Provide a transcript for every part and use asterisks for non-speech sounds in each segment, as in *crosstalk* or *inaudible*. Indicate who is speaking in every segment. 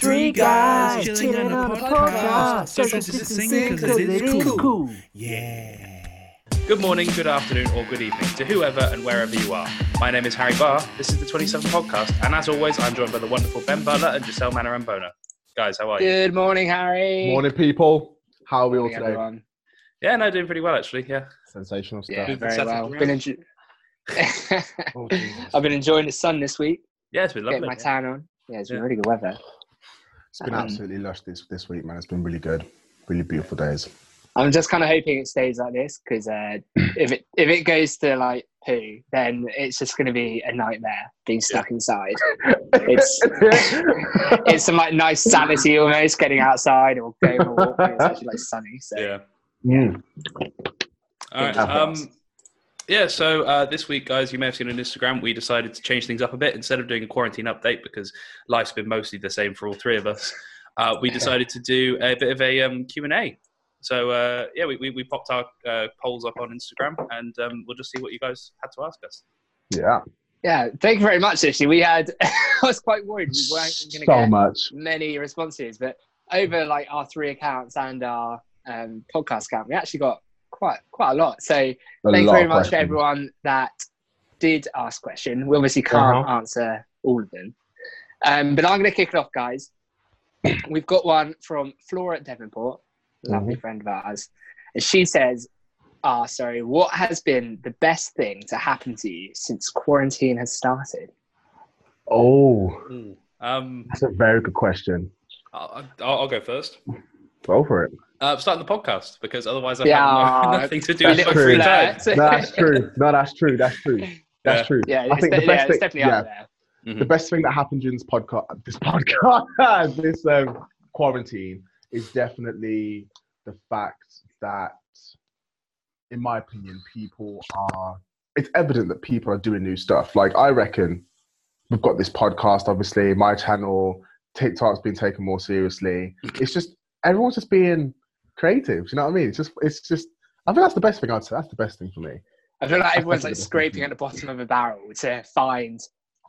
Speaker 1: three guys chilling on a podcast. Social distancing because it is cool.
Speaker 2: Yeah.
Speaker 3: Good morning, good afternoon, or good evening to whoever and wherever you are. My name is Harry Barr. This is the 27 podcast, and as always, I'm joined by the wonderful Ben Butler and Giselle Manarambona. Guys, how are you?
Speaker 4: Good morning, Harry.
Speaker 5: Morning, people. How are we all
Speaker 4: Morning,
Speaker 5: today?
Speaker 4: everyone.
Speaker 3: Yeah, no, doing pretty well actually. Yeah,
Speaker 5: Sensational stuff.
Speaker 4: Yeah,
Speaker 3: Good.
Speaker 4: very
Speaker 3: Settled
Speaker 4: well.
Speaker 3: around.
Speaker 4: Been enjo- *laughs*
Speaker 5: Oh, Jesus.
Speaker 4: I've been enjoying the sun this week.
Speaker 3: yeah, it's been
Speaker 4: Getting
Speaker 3: lovely.
Speaker 4: my tan on. Yeah, it's been
Speaker 3: Yeah.
Speaker 4: really good weather.
Speaker 5: It's been
Speaker 4: Um,
Speaker 5: absolutely lush this, this week, man. It's been really good. Really beautiful days.
Speaker 4: I'm just kind of hoping it stays like this because uh, if it if it goes to like poo, then it's just going to be a nightmare being
Speaker 5: *laughs*
Speaker 4: stuck inside. It's *laughs* it's some like nice sanity almost getting outside or going on a walk. when It's actually like sunny. So
Speaker 3: Yeah.
Speaker 5: Mm.
Speaker 3: All right.
Speaker 4: Yeah.
Speaker 3: Um, yeah, so uh, this week, guys, you may have seen on Instagram, we decided to change things up a bit. Instead of doing a quarantine update, because life's been mostly the same for all three of us, uh, we decided to do a bit of a um, Q&A. So, uh, yeah, we, we, we popped our uh, polls up on Instagram, and um, we'll just see what you guys had to ask us.
Speaker 5: Yeah.
Speaker 4: yeah, thank you very much. Actually, we had *laughs* I was quite worried we weren't going to
Speaker 5: So
Speaker 4: get
Speaker 5: much.
Speaker 4: many responses, but over like our three accounts and our um, podcast account, we actually got quite quite a lot. So
Speaker 5: A
Speaker 4: thank you
Speaker 5: lot
Speaker 4: very
Speaker 5: of
Speaker 4: much to
Speaker 5: questions.
Speaker 4: everyone that did ask question. We obviously can't
Speaker 5: Uh-huh.
Speaker 4: answer all of them, um, but I'm going to kick it off, guys. We've got one from Flora at Devonport, lovely
Speaker 5: Mm-hmm.
Speaker 4: friend of ours, and she says. Ah, sorry. What has been the best thing to happen to you since quarantine has started?
Speaker 5: Oh,
Speaker 3: Um,
Speaker 5: that's a very good question.
Speaker 3: I'll, I'll, I'll go first.
Speaker 5: Go for it.
Speaker 3: Uh, starting the podcast, because otherwise I
Speaker 4: Yeah,
Speaker 3: have no- *laughs* nothing to do
Speaker 5: that's
Speaker 3: with my
Speaker 5: true.
Speaker 3: free time.
Speaker 4: Flirt.
Speaker 5: No, that's true. No, that's true. That's *laughs* true. That's
Speaker 3: Yeah.
Speaker 5: true.
Speaker 4: *laughs* Yeah,
Speaker 5: I
Speaker 4: it's,
Speaker 5: think
Speaker 4: de-
Speaker 5: the
Speaker 4: yeah,
Speaker 5: best
Speaker 4: it's
Speaker 5: thing,
Speaker 4: definitely
Speaker 5: yeah,
Speaker 4: up there. Hmm.
Speaker 5: the best thing that happened during this podcast, this podcast, *laughs* this um, quarantine is definitely the fact that, in my opinion, people are. It's evident that people are doing new stuff. Like I reckon, we've got this podcast, obviously, my channel, TikTok's been taken more
Speaker 4: *laughs*
Speaker 5: seriously. It's just everyone's just being creative. Do you know what I mean? It's just, it's just. I think that's the best thing I'd say. That's the best thing for me.
Speaker 4: I feel like everyone's
Speaker 5: think
Speaker 4: like
Speaker 5: it is.
Speaker 4: scraping at the bottom of a barrel to find,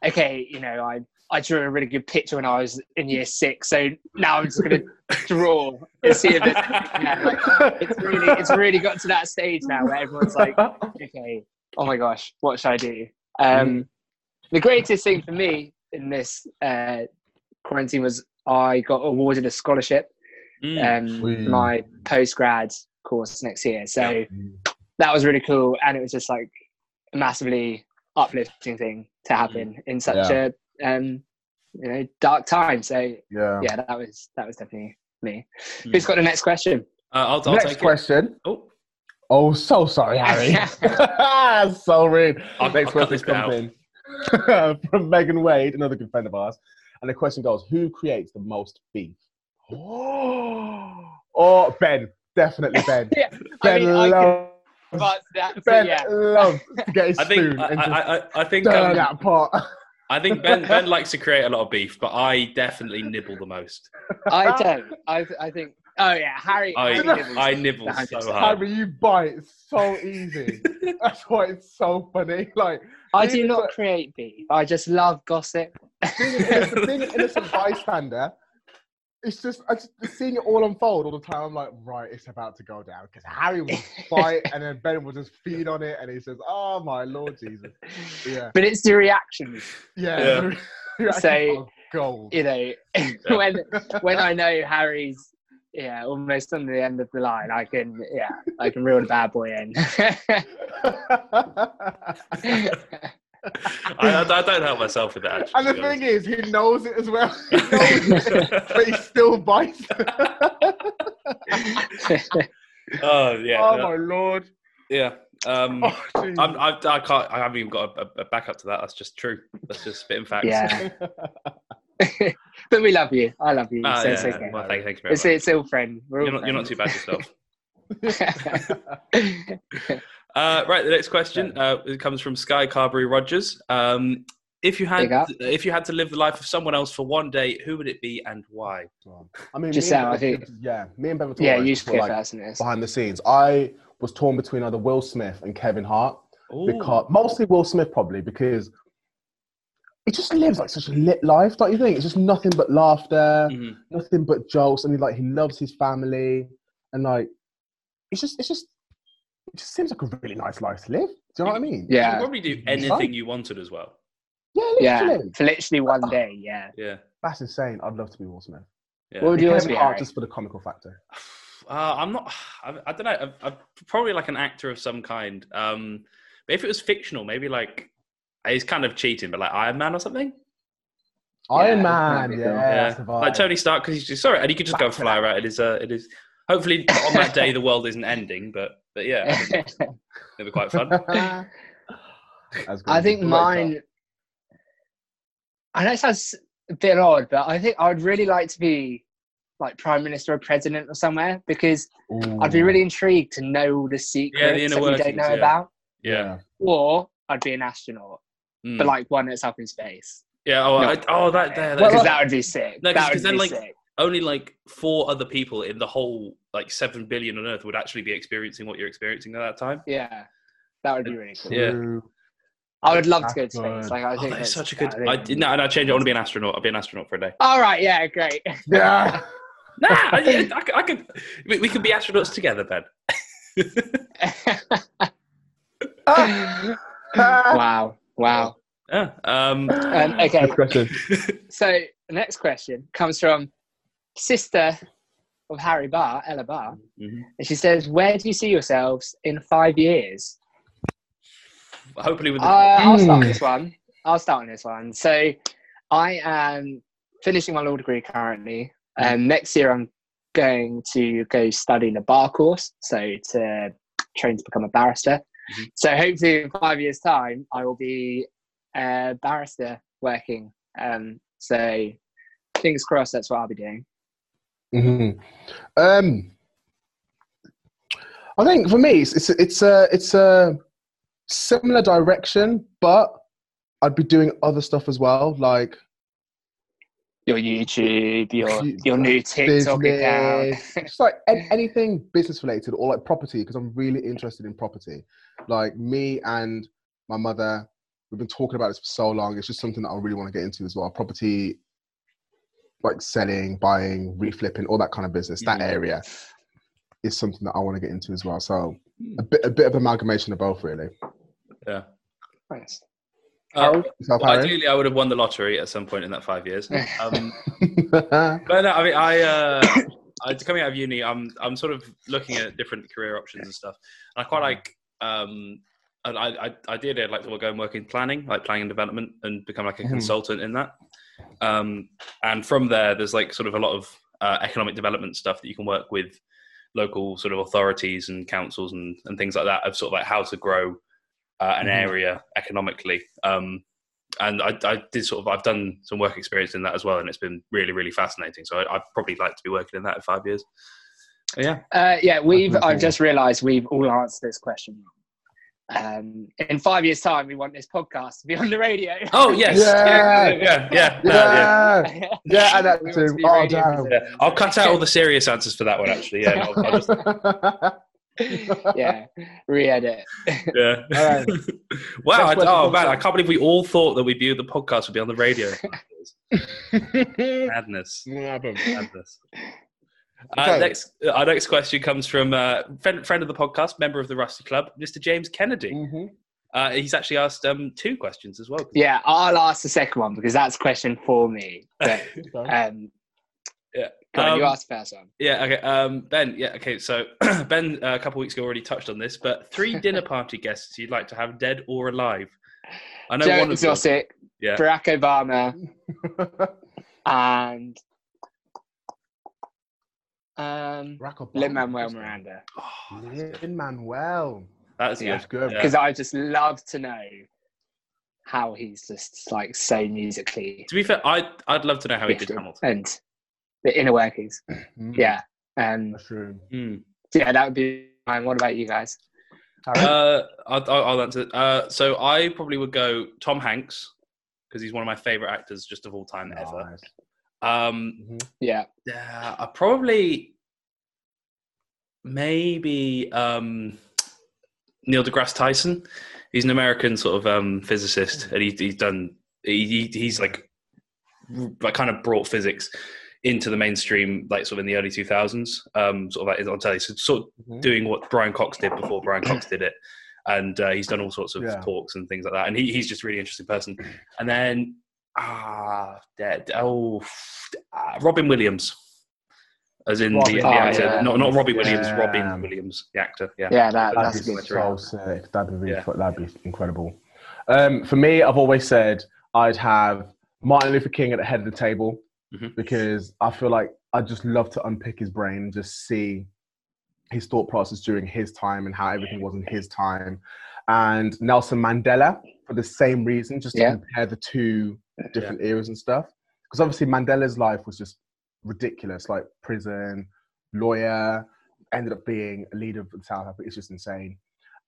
Speaker 4: okay, you know, I, I drew a really good picture when I was in year six, so now I'm just going to draw and see if it's, yeah, like, *laughs* it's really it's really got to that stage now where everyone's like, okay, oh my gosh, what should I do? Um, the greatest thing for me in this uh, quarantine was I got awarded a scholarship
Speaker 3: Mm.
Speaker 4: um,
Speaker 5: Sweet.
Speaker 4: my post grad course next year. So that was really cool, and it was just like a massively uplifting thing
Speaker 3: Mm.
Speaker 4: to happen in such a um, you know dark time. So
Speaker 5: *laughs* yeah.
Speaker 4: yeah, that was that was definitely me.
Speaker 3: Mm.
Speaker 4: Who's got the next question?
Speaker 3: Uh, I'll, I'll
Speaker 5: Next
Speaker 3: take
Speaker 5: question.
Speaker 3: It. Oh,
Speaker 5: Oh, so sorry,
Speaker 3: *laughs*
Speaker 5: Harry. *laughs* so rude.
Speaker 3: I'll- I'll
Speaker 5: Next
Speaker 3: cut
Speaker 5: question
Speaker 3: this bit out.
Speaker 5: comes in *laughs* from Megan Wade, another good friend of ours. And the question goes Who creates the most beef? *gasps* oh, Ben. Definitely
Speaker 3: *laughs*
Speaker 5: Ben.
Speaker 4: Yeah, I
Speaker 5: Ben
Speaker 4: mean, I could
Speaker 5: loves,
Speaker 4: advance that, so
Speaker 5: ben
Speaker 4: yeah.
Speaker 3: *laughs*
Speaker 5: loves to get his
Speaker 3: I think
Speaker 5: spoon
Speaker 3: I,
Speaker 5: and just
Speaker 3: I, I, I think
Speaker 5: stir
Speaker 3: um,
Speaker 5: that *laughs* pot.
Speaker 3: I think Ben Ben likes to create a lot of beef, but I definitely nibble the most.
Speaker 4: I don't. I I think. Oh yeah, Harry.
Speaker 3: I
Speaker 4: Harry Nibbles.
Speaker 3: I nibble so hard.
Speaker 5: Harry, you bite so
Speaker 3: *laughs*
Speaker 5: easy. That's why it's so funny. *laughs* Like,
Speaker 4: I do not create beef. I just love gossip.
Speaker 5: being an innocent, being an innocent bystander, it's just, I just seeing it all unfold all the time. I'm like, right, it's about to go down because Harry will
Speaker 4: *laughs*
Speaker 5: fight, and then Ben will just feed on it, and he says, "Oh my lord, Jesus!" Yeah,
Speaker 4: but it's the reactions
Speaker 5: yeah. *laughs* Your
Speaker 4: So-
Speaker 5: actions are gold.
Speaker 4: you know *laughs* when when I know Harry's yeah almost on the end of the line, I can yeah I can reel the bad boy in. *laughs*
Speaker 3: I, I, I don't help myself with that.
Speaker 5: *laughs* and the
Speaker 3: Actually, to
Speaker 5: thing is, he knows it as well, He knows
Speaker 3: be
Speaker 5: it,
Speaker 3: *laughs* honest.
Speaker 5: but he still bites. *laughs*
Speaker 3: *laughs* oh yeah,
Speaker 5: oh
Speaker 3: no,
Speaker 5: my lord!
Speaker 3: yeah. Um,
Speaker 5: Oh, Jesus.
Speaker 3: I'm, I, I can't. I haven't even got a, a backup to that. That's just true. That's just spitting facts.
Speaker 4: yeah, *laughs*
Speaker 3: *laughs*
Speaker 4: but we love you. I love you.
Speaker 3: Ah,
Speaker 4: so
Speaker 3: yeah,
Speaker 4: it's okay.
Speaker 3: Well, thank, thank you very
Speaker 4: It's,
Speaker 3: much.
Speaker 4: it's all friend. We're all
Speaker 3: You're not, you're not too bad yourself.
Speaker 4: friends.
Speaker 3: *laughs* Uh, right, the next question uh, it comes from Sky Carberry Rogers. Um, if you had
Speaker 4: Big up.
Speaker 3: if you had to live the life of someone else for one day, who would it be and why?
Speaker 5: I mean, me
Speaker 4: Giselle,
Speaker 5: and Ben-
Speaker 4: I think-
Speaker 5: Yeah, me and Ben. were
Speaker 4: yeah,
Speaker 5: talking
Speaker 4: you
Speaker 5: about
Speaker 4: should
Speaker 5: it,
Speaker 4: go
Speaker 5: like,
Speaker 4: first in this.
Speaker 5: behind the scenes. I was torn between either Will Smith and Kevin Hart
Speaker 3: Ooh.
Speaker 5: because mostly Will Smith probably because it just lives like such a lit life, don't you think? It's just nothing but laughter,
Speaker 3: Mhm.
Speaker 5: nothing but jokes, and he like he loves his family, and like it's just it's just it just seems like a really nice life to live. Do you know what I mean?
Speaker 3: You could
Speaker 4: Yeah,
Speaker 3: probably do
Speaker 5: It's fun.
Speaker 3: anything you wanted as well.
Speaker 5: yeah,
Speaker 4: yeah.
Speaker 5: literally.
Speaker 4: For literally one day, yeah.
Speaker 3: Yeah. *sighs*
Speaker 5: That's insane. I'd love to be Will Smith.
Speaker 3: yeah.
Speaker 4: What would you
Speaker 5: Kevin
Speaker 4: want to be?
Speaker 5: Hart
Speaker 4: Harry?
Speaker 5: just for the comical factor.
Speaker 3: Uh, I'm not. *sighs* I, I don't know. I'm, I'm probably like an actor of some kind. Um, but if it was fictional, maybe like it's kind of cheating, but like Iron Man or something.
Speaker 5: Iron
Speaker 4: that'd
Speaker 5: Man,
Speaker 4: be
Speaker 5: yeah,
Speaker 4: cool.
Speaker 5: that's the
Speaker 3: like
Speaker 5: vibe.
Speaker 4: *laughs*
Speaker 3: Tony Stark because he's just sorry, and he could just go and fly right. It is. Uh, it is. Hopefully on that day the world isn't ending, but but
Speaker 4: *laughs*
Speaker 3: yeah, it'd
Speaker 5: *laughs*
Speaker 3: be quite fun.
Speaker 5: That's good.
Speaker 4: I think
Speaker 5: Like
Speaker 4: mine. I know it sounds a bit odd, but I think I would really like to be like prime minister or president or somewhere because
Speaker 5: that. Ooh,
Speaker 4: I'd be really intrigued to know all the secrets
Speaker 3: Hmm. inner
Speaker 4: that we don't
Speaker 3: workings,
Speaker 4: know
Speaker 3: yeah.
Speaker 4: about.
Speaker 3: Yeah.
Speaker 4: Or I'd be an astronaut,
Speaker 3: Mm.
Speaker 4: but like one that's up in space.
Speaker 3: yeah. Oh,
Speaker 4: No. uh,
Speaker 3: I, oh, that there.
Speaker 4: Because
Speaker 5: Well,
Speaker 3: Because
Speaker 4: that would be sick.
Speaker 3: no, 'cause-
Speaker 4: that
Speaker 3: 'cause
Speaker 4: would
Speaker 3: then,
Speaker 4: be
Speaker 3: like,
Speaker 4: sick.
Speaker 3: only like four other people in the whole like seven billion on Earth would actually be experiencing what you're experiencing at that time.
Speaker 4: Yeah. That would be really cool.
Speaker 3: Yeah.
Speaker 5: true.
Speaker 4: I would love to go to
Speaker 5: That's
Speaker 4: space.
Speaker 5: good.
Speaker 4: Like I
Speaker 3: Oh,
Speaker 4: think
Speaker 3: that is
Speaker 4: that's
Speaker 3: such a good.
Speaker 4: that
Speaker 3: I
Speaker 4: is-
Speaker 3: did no, and I change. it. I want to be an astronaut. I'll be an astronaut for a day.
Speaker 4: All right, yeah, great. *laughs*
Speaker 5: Yeah.
Speaker 3: Nah, I, I, I could. We, we could be astronauts together, Ben.
Speaker 4: Um, wow, wow.
Speaker 3: Yeah. Um,
Speaker 4: Um, okay,
Speaker 5: Next question.
Speaker 4: so the next question comes from sister of Harry Barr, Ella Barr,
Speaker 3: mhm.
Speaker 4: and she says, "Where do you see yourselves in five years?"
Speaker 3: Hopefully, with the,
Speaker 4: Uh, I'll start
Speaker 5: Hmm.
Speaker 4: on this one. I'll start on this one. So I am finishing my law degree currently,
Speaker 5: Hmm.
Speaker 4: and next year I'm going to go study in a bar course, so to train to become a barrister.
Speaker 5: Mm-hmm.
Speaker 3: Mhm.
Speaker 4: So hopefully, in five years' time, I will be a barrister working. Um, so fingers crossed, that's what I'll be doing.
Speaker 5: Mhm. Um, I think for me, it's it's it's a it's a similar direction, but I'd be doing other stuff as well, like
Speaker 4: Your YouTube, your
Speaker 5: You-
Speaker 4: your new TikTok account.
Speaker 5: business,
Speaker 4: *laughs*
Speaker 5: just like an- anything business related or like property, because I'm really interested in property. Like me and my mother, we've been talking about this for so long. It's just something that I really want to get into as well. Property, like selling, buying, reflipping, all that kind of business. That
Speaker 3: Mhm.
Speaker 5: area is something that I want to get into as well. So
Speaker 3: Mm.
Speaker 5: a bit, a bit of amalgamation of both, really.
Speaker 3: yeah.
Speaker 4: Nice.
Speaker 3: Uh,
Speaker 5: Yourself,
Speaker 3: Well,
Speaker 5: *laughs* Harry?
Speaker 3: ideally, I would have won the lottery at some point in that five years. Um,
Speaker 5: Mhm.
Speaker 3: but no, I mean, I, uh, *coughs* I coming out of uni, I'm I'm sort of looking at different career options and stuff. And I quite like. Um, and I, I ideally, I'd like to go and work in planning, like planning and development, and become like a
Speaker 5: Mhm.
Speaker 3: consultant in that. Um, and from there, there's like sort of a lot of uh, economic development stuff that you can work with local sort of authorities and councils and, and things like that of sort of like how to grow uh, an
Speaker 5: Mhm.
Speaker 3: area economically. Um, and I, I did sort of I've done some work experience in that as well, and it's been really really fascinating. So I, I'd probably like to be working in that in five years. But yeah,
Speaker 4: Uh, yeah, we've.
Speaker 5: That's really
Speaker 4: I've just realised we've all answered this question. Um, in five years' time, we want this podcast to be *laughs* on the radio.
Speaker 3: Oh yes,
Speaker 5: Yeah.
Speaker 3: yeah, yeah. yeah, yeah.
Speaker 5: yeah,
Speaker 4: *laughs*
Speaker 5: yeah, and that
Speaker 4: We want
Speaker 5: too.
Speaker 4: to be
Speaker 5: Oh,
Speaker 4: radio
Speaker 5: damn.
Speaker 3: Yeah. I'll cut out all the serious answers for that one. Actually, yeah,
Speaker 5: *laughs*
Speaker 3: I'll, I'll just,
Speaker 4: presenters. *laughs* yeah, re-edit.
Speaker 5: *laughs*
Speaker 3: yeah.
Speaker 5: Alright.
Speaker 3: *laughs* wow, I,
Speaker 5: Next question
Speaker 3: oh
Speaker 5: comes
Speaker 3: man, I
Speaker 5: from-
Speaker 3: can't believe we all thought that we viewed the podcast would be on the radio. in five years. Madness. Madness. Uh,
Speaker 5: Okay.
Speaker 3: next, uh, our next question comes from uh, friend, friend of the podcast, member of the Rusty Club, Mr. James Kennedy.
Speaker 5: Mhm.
Speaker 3: Uh, he's actually asked um, two questions as well.
Speaker 4: Yeah, I'll ask the second one because that's a question for me.
Speaker 3: *laughs*
Speaker 4: But, um, go on, you
Speaker 3: Um,
Speaker 4: ask the first one.
Speaker 3: Yeah. Okay. Um, ben. Yeah. Okay. So *clears throat* Ben, uh, a couple weeks ago, already touched on this, but three dinner party guests you'd like to have dead or alive. I know
Speaker 4: Joe
Speaker 3: one of them.
Speaker 4: Exotic,
Speaker 3: Yeah.
Speaker 4: Barack Obama,
Speaker 3: Uh,
Speaker 5: *laughs*
Speaker 4: and um, Lin Manuel Miranda.
Speaker 3: Oh, *sighs*
Speaker 5: Lin Manuel.
Speaker 3: that's
Speaker 4: Yeah.
Speaker 3: good.
Speaker 5: That's good.
Speaker 3: Yeah.
Speaker 4: because I just love to know how he's just like so musically
Speaker 3: To be fair, I I'd love to know how he did
Speaker 4: gifted
Speaker 3: Hamilton.
Speaker 4: and the inner workings.
Speaker 3: Mm-hmm.
Speaker 5: Mm,
Speaker 4: Yeah, um,
Speaker 5: That's true.
Speaker 3: Hmm.
Speaker 4: yeah, that would be mine. What about you guys?
Speaker 5: Harry?
Speaker 3: Uh, I'll, I'll I'll answer. it. Uh, so I probably would go Tom Hanks because he's one of my favorite actors just of all time ever.
Speaker 5: Nice.
Speaker 3: Um,
Speaker 5: Mhm.
Speaker 4: Yeah,
Speaker 3: yeah, I probably maybe um, Neil deGrasse Tyson. He's an American sort of um, physicist, and he, he's done He, he, he's like, like kind of brought physics into the mainstream, like sort of in the early 2000s, um, sort of like on telly. So sort of
Speaker 5: Mhm.
Speaker 3: doing what Brian Cox did before Brian Cox did it. And uh, he's done all sorts of
Speaker 5: Yeah.
Speaker 3: talks and things like that. And he, he's just a really interesting person. And then, ah, dead. Oh, f- ah, Robin Williams. As in
Speaker 5: Robin, Ah,
Speaker 3: the, the
Speaker 4: oh,
Speaker 3: actor.
Speaker 4: yeah.
Speaker 3: Not, not Robbie Williams,
Speaker 5: Yeah.
Speaker 3: Robin Williams, the actor. Yeah.
Speaker 4: Yeah, that,
Speaker 5: That'd
Speaker 4: that's
Speaker 5: be
Speaker 4: good.
Speaker 5: so sick. That'd be really
Speaker 3: Yeah.
Speaker 5: fu- that'd be incredible. Um, for me, I've always said I'd have Martin Luther King at the head of the table
Speaker 3: Mhm.
Speaker 5: because I feel like I just love to unpick his brain and just see his thought process during his time and how everything was in his time. And Nelson Mandela for the same reason, just to
Speaker 4: Yeah.
Speaker 5: compare the two different eras and stuff. Because obviously Mandela's life was just ridiculous, like prison, lawyer, ended up being a leader of South Africa. It's just insane.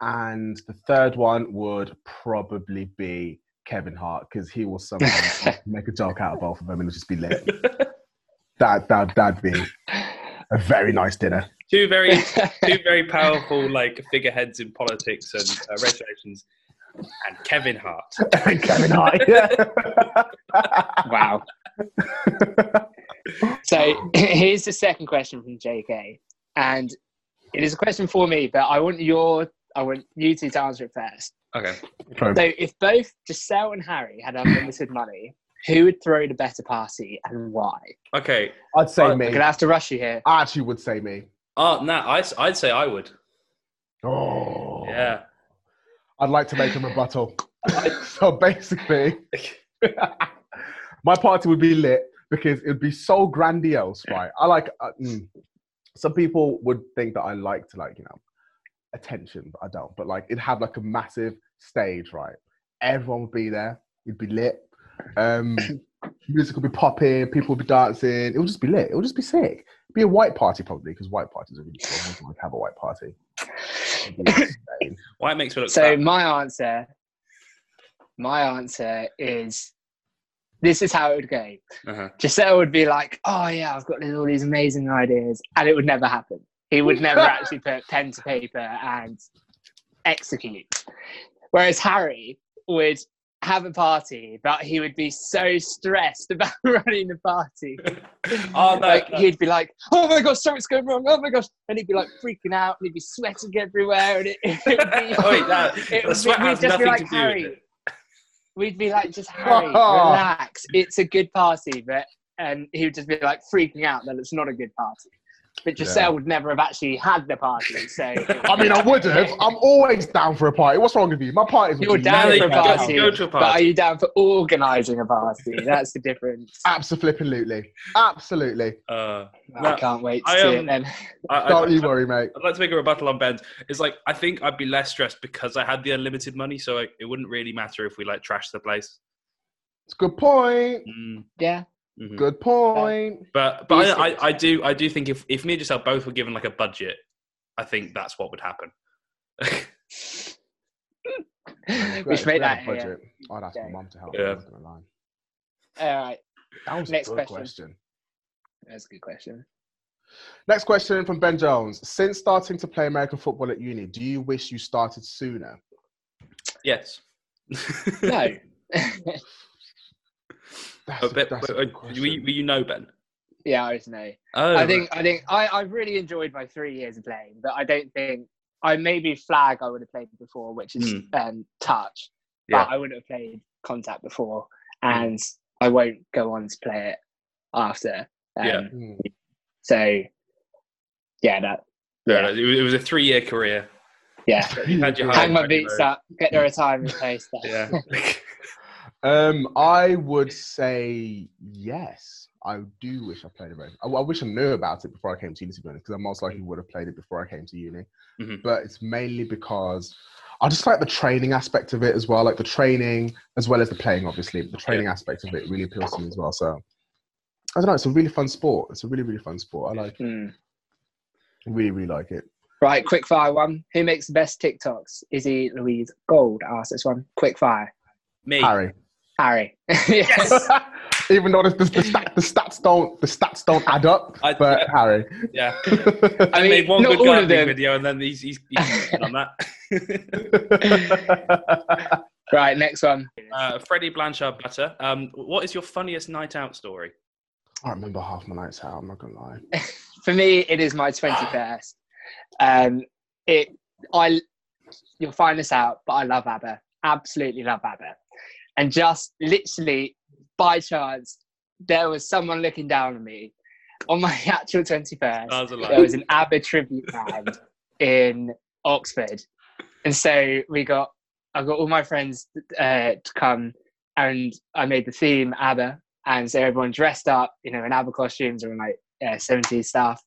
Speaker 5: And the third one would probably be Kevin Hart because he will sometimes make a joke out of both of them and it'll just be lit. That that that'd be a very nice dinner. *laughs*
Speaker 3: Two very two very powerful like figureheads in politics and uh, regulations, and Kevin Hart.
Speaker 5: Kevin Hart. Yeah. *laughs*
Speaker 4: *laughs* wow. so *laughs* here's the second question from JK, and it is a question for me, but I want your I want you two to answer it first.
Speaker 3: Okay.
Speaker 5: Probe.
Speaker 4: So if both Giselle and Harry had unlimited money, who would throw the better party and why?
Speaker 3: Okay.
Speaker 5: I'd say
Speaker 3: Alright,
Speaker 5: me.
Speaker 4: I'm gonna have to rush you here.
Speaker 5: I actually would say me.
Speaker 3: Oh, no, I, would say I would.
Speaker 5: Oh.
Speaker 3: Yeah.
Speaker 5: I'd like to make a rebuttal. *laughs* so basically, *laughs* my party would be lit because it would be so grandiose, right? I like. Uh, mm. Some people would think that I like to like you know attention, but I don't. But like, it'd have like a massive stage, right? Everyone would be there. It'd be lit. Um, music would be popping. People would be dancing. It would just be lit. It would just be sick. It'd be a white party probably because white parties are really cool. I wouldn't like to have a white party. It'd be insane.
Speaker 3: Why it makes me look
Speaker 4: So
Speaker 3: fat.
Speaker 4: my answer, my answer is, this is how it would go.
Speaker 3: Uh-huh.
Speaker 4: Giselle would be like, "Oh yeah, I've got all these amazing ideas," and it would never happen. He would never actually put pen to paper and execute. Whereas Harry would have a party, but he would be so stressed *laughs* about running the party.
Speaker 3: *laughs* Oh, no,
Speaker 4: like
Speaker 3: no.
Speaker 4: he'd be like, "Oh my gosh, something's going wrong! Oh my gosh!" and he'd be like freaking out, and he'd be sweating everywhere, and it, *laughs* it would be.
Speaker 3: *laughs* Wait, no,
Speaker 4: *laughs* it
Speaker 3: the
Speaker 4: would
Speaker 3: sweat
Speaker 4: be- we'd
Speaker 3: has
Speaker 4: just be
Speaker 3: nothing
Speaker 4: like,
Speaker 3: to do
Speaker 4: "Harry,
Speaker 3: with it.
Speaker 4: We'd be
Speaker 3: *laughs*
Speaker 4: like, just Harry, relax. It's a good party, but and he would just be like freaking out that it's not a good party. But Giselle would never have actually had the
Speaker 3: *laughs*
Speaker 4: party, so
Speaker 5: I mean, I would have. I'm always down for a party. What's wrong with you? My parties would
Speaker 4: You're
Speaker 5: be
Speaker 4: down
Speaker 3: Now
Speaker 5: lit.
Speaker 3: that
Speaker 4: for
Speaker 3: you
Speaker 4: a
Speaker 3: can go, go to a
Speaker 4: party, *laughs* but are
Speaker 3: party.
Speaker 4: you down for organising a party? That's
Speaker 3: *laughs*
Speaker 4: the difference.
Speaker 5: Absolutely, absolutely.
Speaker 3: Uh,
Speaker 4: I can't wait to
Speaker 3: I,
Speaker 4: see
Speaker 3: um,
Speaker 4: it then. *laughs*
Speaker 3: I, I,
Speaker 5: Don't you
Speaker 3: I'd
Speaker 5: worry, mate.
Speaker 3: like to make a rebuttal on Ben's. It's like, I think I'd be less stressed because I had the unlimited money, so like, it wouldn't really matter if we like trashed the place.
Speaker 5: It's a good point.
Speaker 3: Mm,
Speaker 4: Yeah,
Speaker 3: mhm.
Speaker 5: Good point.
Speaker 3: But but
Speaker 4: Basic.
Speaker 3: I, I, I do I do think if, if me and yourself both were given like a budget, I think that's what would happen.
Speaker 5: Great,
Speaker 4: which
Speaker 5: if we
Speaker 4: made
Speaker 5: had a
Speaker 4: that. Yeah.
Speaker 5: budget. I'd ask my
Speaker 4: Yeah.
Speaker 5: mum to help.
Speaker 3: Yeah.
Speaker 5: I'm not gonna lie.
Speaker 4: All right,
Speaker 5: That was
Speaker 4: Next
Speaker 5: a good
Speaker 4: question.
Speaker 5: question.
Speaker 4: that's a
Speaker 3: *laughs*
Speaker 4: good question.
Speaker 5: Next question from Ben Jones. Since starting to play American football at uni, do you wish you started sooner?
Speaker 3: yes.
Speaker 4: No,
Speaker 3: *laughs*
Speaker 5: That's
Speaker 3: Oh, Ben,
Speaker 5: that's
Speaker 3: were,
Speaker 5: good question.
Speaker 3: were you, were you no Ben?
Speaker 4: yeah, I was no.
Speaker 3: Oh,
Speaker 4: I think I think I, I really enjoyed my three years of playing, but I don't think I maybe flag I would have played before, which is
Speaker 3: Mm.
Speaker 4: um, touch.
Speaker 3: Yeah. Hmm.
Speaker 4: But I wouldn't have played contact before, and I won't go on to play it after. Um,
Speaker 3: Yeah.
Speaker 5: Mm.
Speaker 4: So yeah, that
Speaker 3: Yeah, it was- it was a three-year career.
Speaker 4: yeah.
Speaker 3: You had your
Speaker 4: Hang my
Speaker 3: high-
Speaker 4: boots up, get the
Speaker 3: *laughs*
Speaker 4: retirement place.
Speaker 3: Yeah.
Speaker 5: Um, I would say yes. I do wish I played it. I, I wish I knew about it before I came to uni, to be honest, because I most likely would have played it before I came to uni.
Speaker 3: Mhm.
Speaker 5: But it's mainly because I just like the training aspect of it as well, like the training as well as the playing. Obviously, the training aspect of it really appeals to me as well. So I don't know. It's a really fun sport. It's a really really fun sport. I like.
Speaker 4: Hmm.
Speaker 5: Really really like it.
Speaker 4: Right, quick fire one. Who makes the best TikToks? Izzy Louise Gold asked this one. Quick fire.
Speaker 3: Me.
Speaker 5: Harry.
Speaker 4: Harry. *laughs* yes.
Speaker 5: *laughs* Even though the, the, the, stat, the stats don't the stats don't add up,
Speaker 3: I- *laughs*
Speaker 5: but Harry.
Speaker 3: Yeah.
Speaker 4: I
Speaker 3: I
Speaker 4: mean,
Speaker 3: made one
Speaker 4: not
Speaker 3: good
Speaker 4: all
Speaker 3: gardening
Speaker 4: of *laughs* them. *laughs*
Speaker 3: video, and then he's he's, he's on that.
Speaker 4: Right, next one.
Speaker 3: Uh, Freddie Blanchard Butter. Um, what is your funniest night out story?
Speaker 5: I don't remember half my nights out. I'm not gonna lie.
Speaker 4: For me, it is my 21st. Um, it, I, you'll find this out, but I love ABBA. Absolutely love ABBA. And just literally by chance, there was someone looking down on me on my *laughs* actual 21st.
Speaker 3: Stars alive.
Speaker 4: there was an ABBA tribute band in Oxford, and so we got I got all my friends uh, to come, and I made the theme ABBA, and so everyone dressed up, you know, in ABBA costumes and like uh, 70s stuff,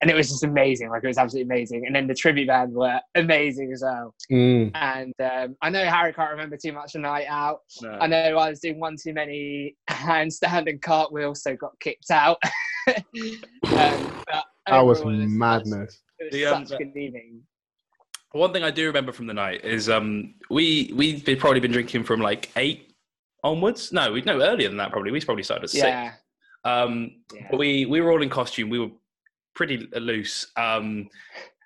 Speaker 4: and it was just amazing, like it was absolutely amazing. And then the tribute band were amazing as well.
Speaker 5: Mm,
Speaker 4: And um, I know Harry can't remember too much a night out.
Speaker 3: No.
Speaker 4: I know I was doing one too many *laughs* handstand and cartwheels, so got kicked out. *laughs* um, but
Speaker 5: That was
Speaker 4: overall, it such-
Speaker 5: madness.
Speaker 4: it was
Speaker 3: The, um,
Speaker 4: such a good evening.
Speaker 3: One thing I do remember from the night is um, we we've been, probably been drinking from like eight onwards. No, we no earlier than that probably. We probably started at six.
Speaker 4: Yeah.
Speaker 3: Um,
Speaker 4: yeah.
Speaker 3: but we we were all in costume. We were pretty loose. Um,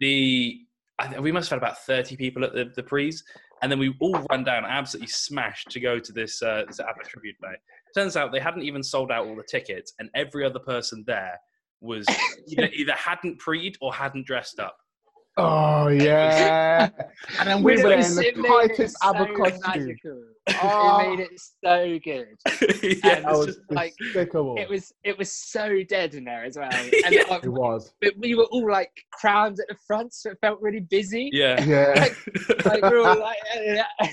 Speaker 3: the I, think we must have had about thirty people at the the prees, and then we all ran down absolutely smashed to go to this uh, this ABBA tribute night. Turns out they hadn't even sold out all the tickets, and every other person there was either, either hadn't preed or hadn't dressed up. *laughs*
Speaker 4: *laughs*
Speaker 5: Oh yeah. and then we
Speaker 4: It
Speaker 5: were in
Speaker 4: was- it
Speaker 5: the
Speaker 4: made it
Speaker 5: tightest
Speaker 4: so
Speaker 5: ABBA costume.
Speaker 4: magical.
Speaker 5: *laughs* Oh.
Speaker 4: It made it so good.
Speaker 3: yeah,
Speaker 5: That
Speaker 4: And it's
Speaker 5: was
Speaker 4: just like-
Speaker 5: despicable.
Speaker 4: It was it was so dead in there as well. And
Speaker 3: Yeah.
Speaker 4: like,
Speaker 5: It
Speaker 4: *laughs*
Speaker 5: was.
Speaker 4: but we were all like crammed at the front, so it felt really busy.
Speaker 3: yeah.
Speaker 5: Yeah.
Speaker 3: *laughs*
Speaker 4: Like we were all like,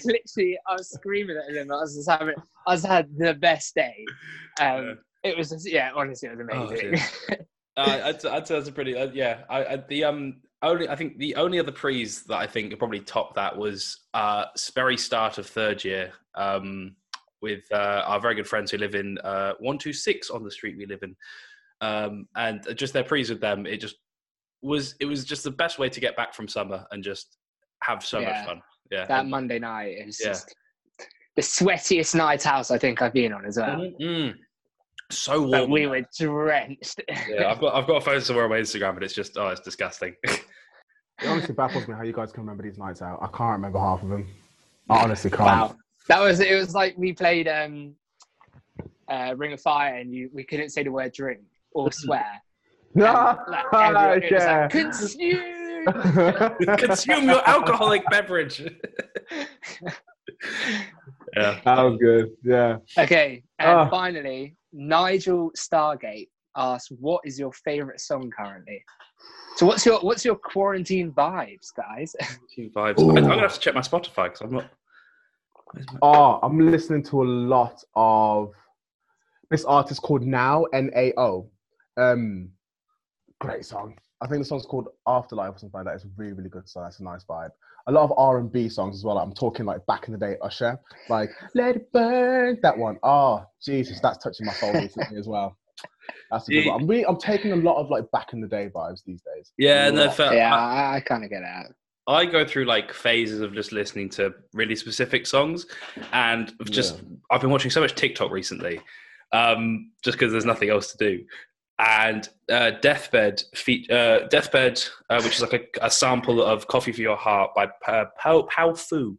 Speaker 4: literally, I was screaming at him. I was just having, I was had the best day. *laughs* Um, It was just, yeah, honestly, it was
Speaker 3: Oh,
Speaker 4: amazing. *laughs*
Speaker 3: dear. Uh, I'd, I'd say that's a pretty uh, yeah. I, I, the um only I think the only other prees that I think could probably top that was uh very start of third year um with uh, our very good friends who live in uh one two six on the street we live in um and just their prees with them it just was it was just the best way to get back from summer and just have so
Speaker 4: Yeah.
Speaker 3: much fun yeah
Speaker 4: that Monday night, it was
Speaker 3: Yeah.
Speaker 4: just the sweatiest night house I think I've been on as well.
Speaker 3: Mm. so warm
Speaker 4: But we were drenched.
Speaker 3: yeah I've got I've got a photo somewhere on my Instagram and it's just oh it's disgusting *laughs*
Speaker 5: It honestly baffles me how you guys can remember these nights out. I can't remember half of them. I honestly can't.
Speaker 4: Wow, that was it. Was like we played um, uh, Ring of Fire, and you we couldn't say the word drink or swear.
Speaker 5: *laughs* No,
Speaker 4: And, like, everyone- it was
Speaker 5: yeah.
Speaker 4: like, consume. *laughs*
Speaker 5: *laughs*
Speaker 3: consume your alcoholic beverage. yeah.
Speaker 5: that was good. Yeah.
Speaker 4: Okay, and
Speaker 5: Ah.
Speaker 4: finally, Nigel Stargate asks, "What is your favorite song currently?" So what's your what's your quarantine vibes, guys? *laughs*
Speaker 3: Two vibes. I, am gonna have to check my Spotify because I'm not. Where's my-
Speaker 5: Oh, I'm listening to a lot of this artist called Now N A O. Um, great song. I think the song's called Afterlife or something like that. It's a really, really good song. That's a nice vibe. A lot of R and B songs as well. I'm talking like back in the day, Usher, like Let It Burn. That one. Oh, Jesus, that's touching my soul recently as well. That's a good one. I'm really, I'm taking a lot of like back in the day vibes these days.
Speaker 3: Yeah, no,
Speaker 5: Lot.
Speaker 3: fair.
Speaker 4: yeah, I, I kind of get that.
Speaker 3: I, I go through like phases of just listening to really specific songs, and I've just I've been watching so much TikTok recently, um, just because there's nothing else to do. And uh, Deathbed, feat uh, Deathbed, uh, which is like a, a sample of "Coffee for Your Heart" by uh, Pao Pao Fu,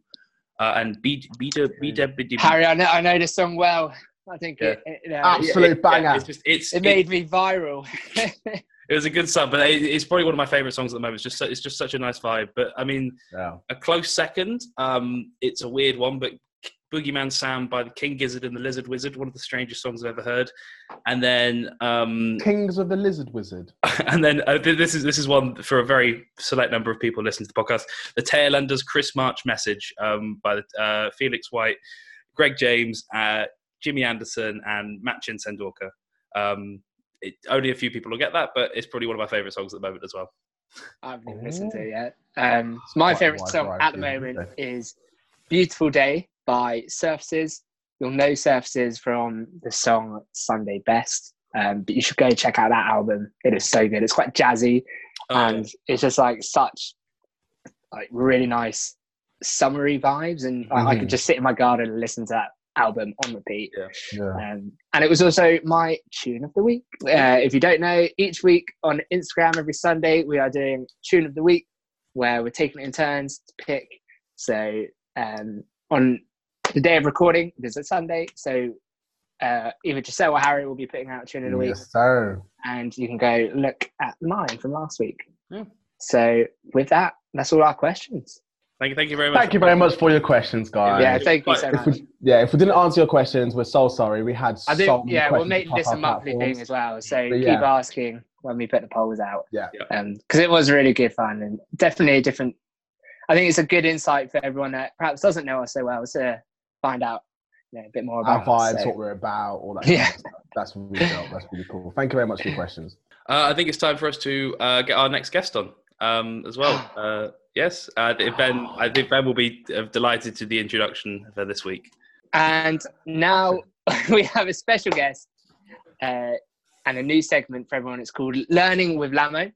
Speaker 3: uh, and B B B B
Speaker 4: Harry, I know I know this song well. I think it, it, uh,
Speaker 5: Ah, Absolute banger.
Speaker 3: it's just, it's,
Speaker 4: it
Speaker 3: it,
Speaker 4: made me viral. *laughs*
Speaker 3: it was a good song, but it, it's probably one of my favorite songs at the moment. It's just so- it's just such a nice vibe. But I mean,
Speaker 5: Yeah.
Speaker 3: a close second. Um, it's a weird one, but Boogeyman Sam by the King Gizzard and the Lizard Wizard, one of the strangest songs I've ever heard. And then um,
Speaker 5: Kings of the Lizard Wizard.
Speaker 3: *laughs* and then uh, th- this is this is one for a very select number of people listening to the podcast. The Tailenders Chris March message um, by the, uh, Felix White, Greg James, uh, Jimmy Anderson, and Matt Chinsendorka. Um, it, only a few people will get that, but it's probably one of my favorite songs at the moment as well.
Speaker 4: I haven't even
Speaker 5: Ooh.
Speaker 4: listened to it yet. Um,
Speaker 5: It's
Speaker 4: my
Speaker 5: quite a
Speaker 4: favourite
Speaker 5: wide
Speaker 4: song at the
Speaker 5: variety,
Speaker 4: moment
Speaker 5: isn't
Speaker 4: is Beautiful Day by Surfaces. You'll know Surfaces from the song Sunday Best, um, but you should go check out that album. It is so good. It's quite jazzy
Speaker 5: Oh,
Speaker 4: and it's just like such like really nice summery vibes. And I, I could
Speaker 5: Mhm.
Speaker 4: just sit in my garden and listen to that album on repeat.
Speaker 5: Yeah.
Speaker 4: Um, and it was also my tune of the week. Uh, if you don't know, each week on Instagram, every Sunday, we are doing tune of the week, where we're taking it in turns to pick. So um, on the day of recording it is a Sunday, so uh, either Giselle or Harry will be putting out a tune of the week,
Speaker 5: Yes, sir.
Speaker 4: and you can go look at mine from last week.
Speaker 3: Yeah.
Speaker 4: So with that, that's all our questions.
Speaker 3: Thank you, thank you very much.
Speaker 5: Thank you very much for your questions, guys.
Speaker 4: yeah, thank you so
Speaker 3: Right.
Speaker 5: If
Speaker 4: much.
Speaker 5: we, yeah, if we didn't answer your questions, we're so sorry. We had so
Speaker 4: I do.
Speaker 5: many
Speaker 4: Yeah, we'll
Speaker 5: questions
Speaker 4: make
Speaker 5: pop
Speaker 4: this
Speaker 5: up
Speaker 4: a monthly
Speaker 5: platforms.
Speaker 4: thing as well. So
Speaker 5: But
Speaker 4: keep
Speaker 5: yeah.
Speaker 4: asking when we put the polls out.
Speaker 5: Yeah.
Speaker 3: Yeah.
Speaker 4: Because it was really good fun and definitely a different. I think it's a good insight for everyone that perhaps doesn't know us so well to find out you know, a bit more
Speaker 5: Our
Speaker 4: about us,
Speaker 5: vibes,
Speaker 4: so-
Speaker 5: what we're about, all that.
Speaker 4: Yeah.
Speaker 5: Kind of stuff. That's really dope. That's really cool. Thank you very much for your questions.
Speaker 3: Uh, I think it's time for us to uh, get our next guest on um,
Speaker 5: *gasps*
Speaker 3: as well. Uh, yes, uh, th- Ben. I think Ben will be uh, delighted to the introduction for this week.
Speaker 4: And now *laughs* we have a special guest uh, and a new segment for everyone. It's called Learning with Lamo.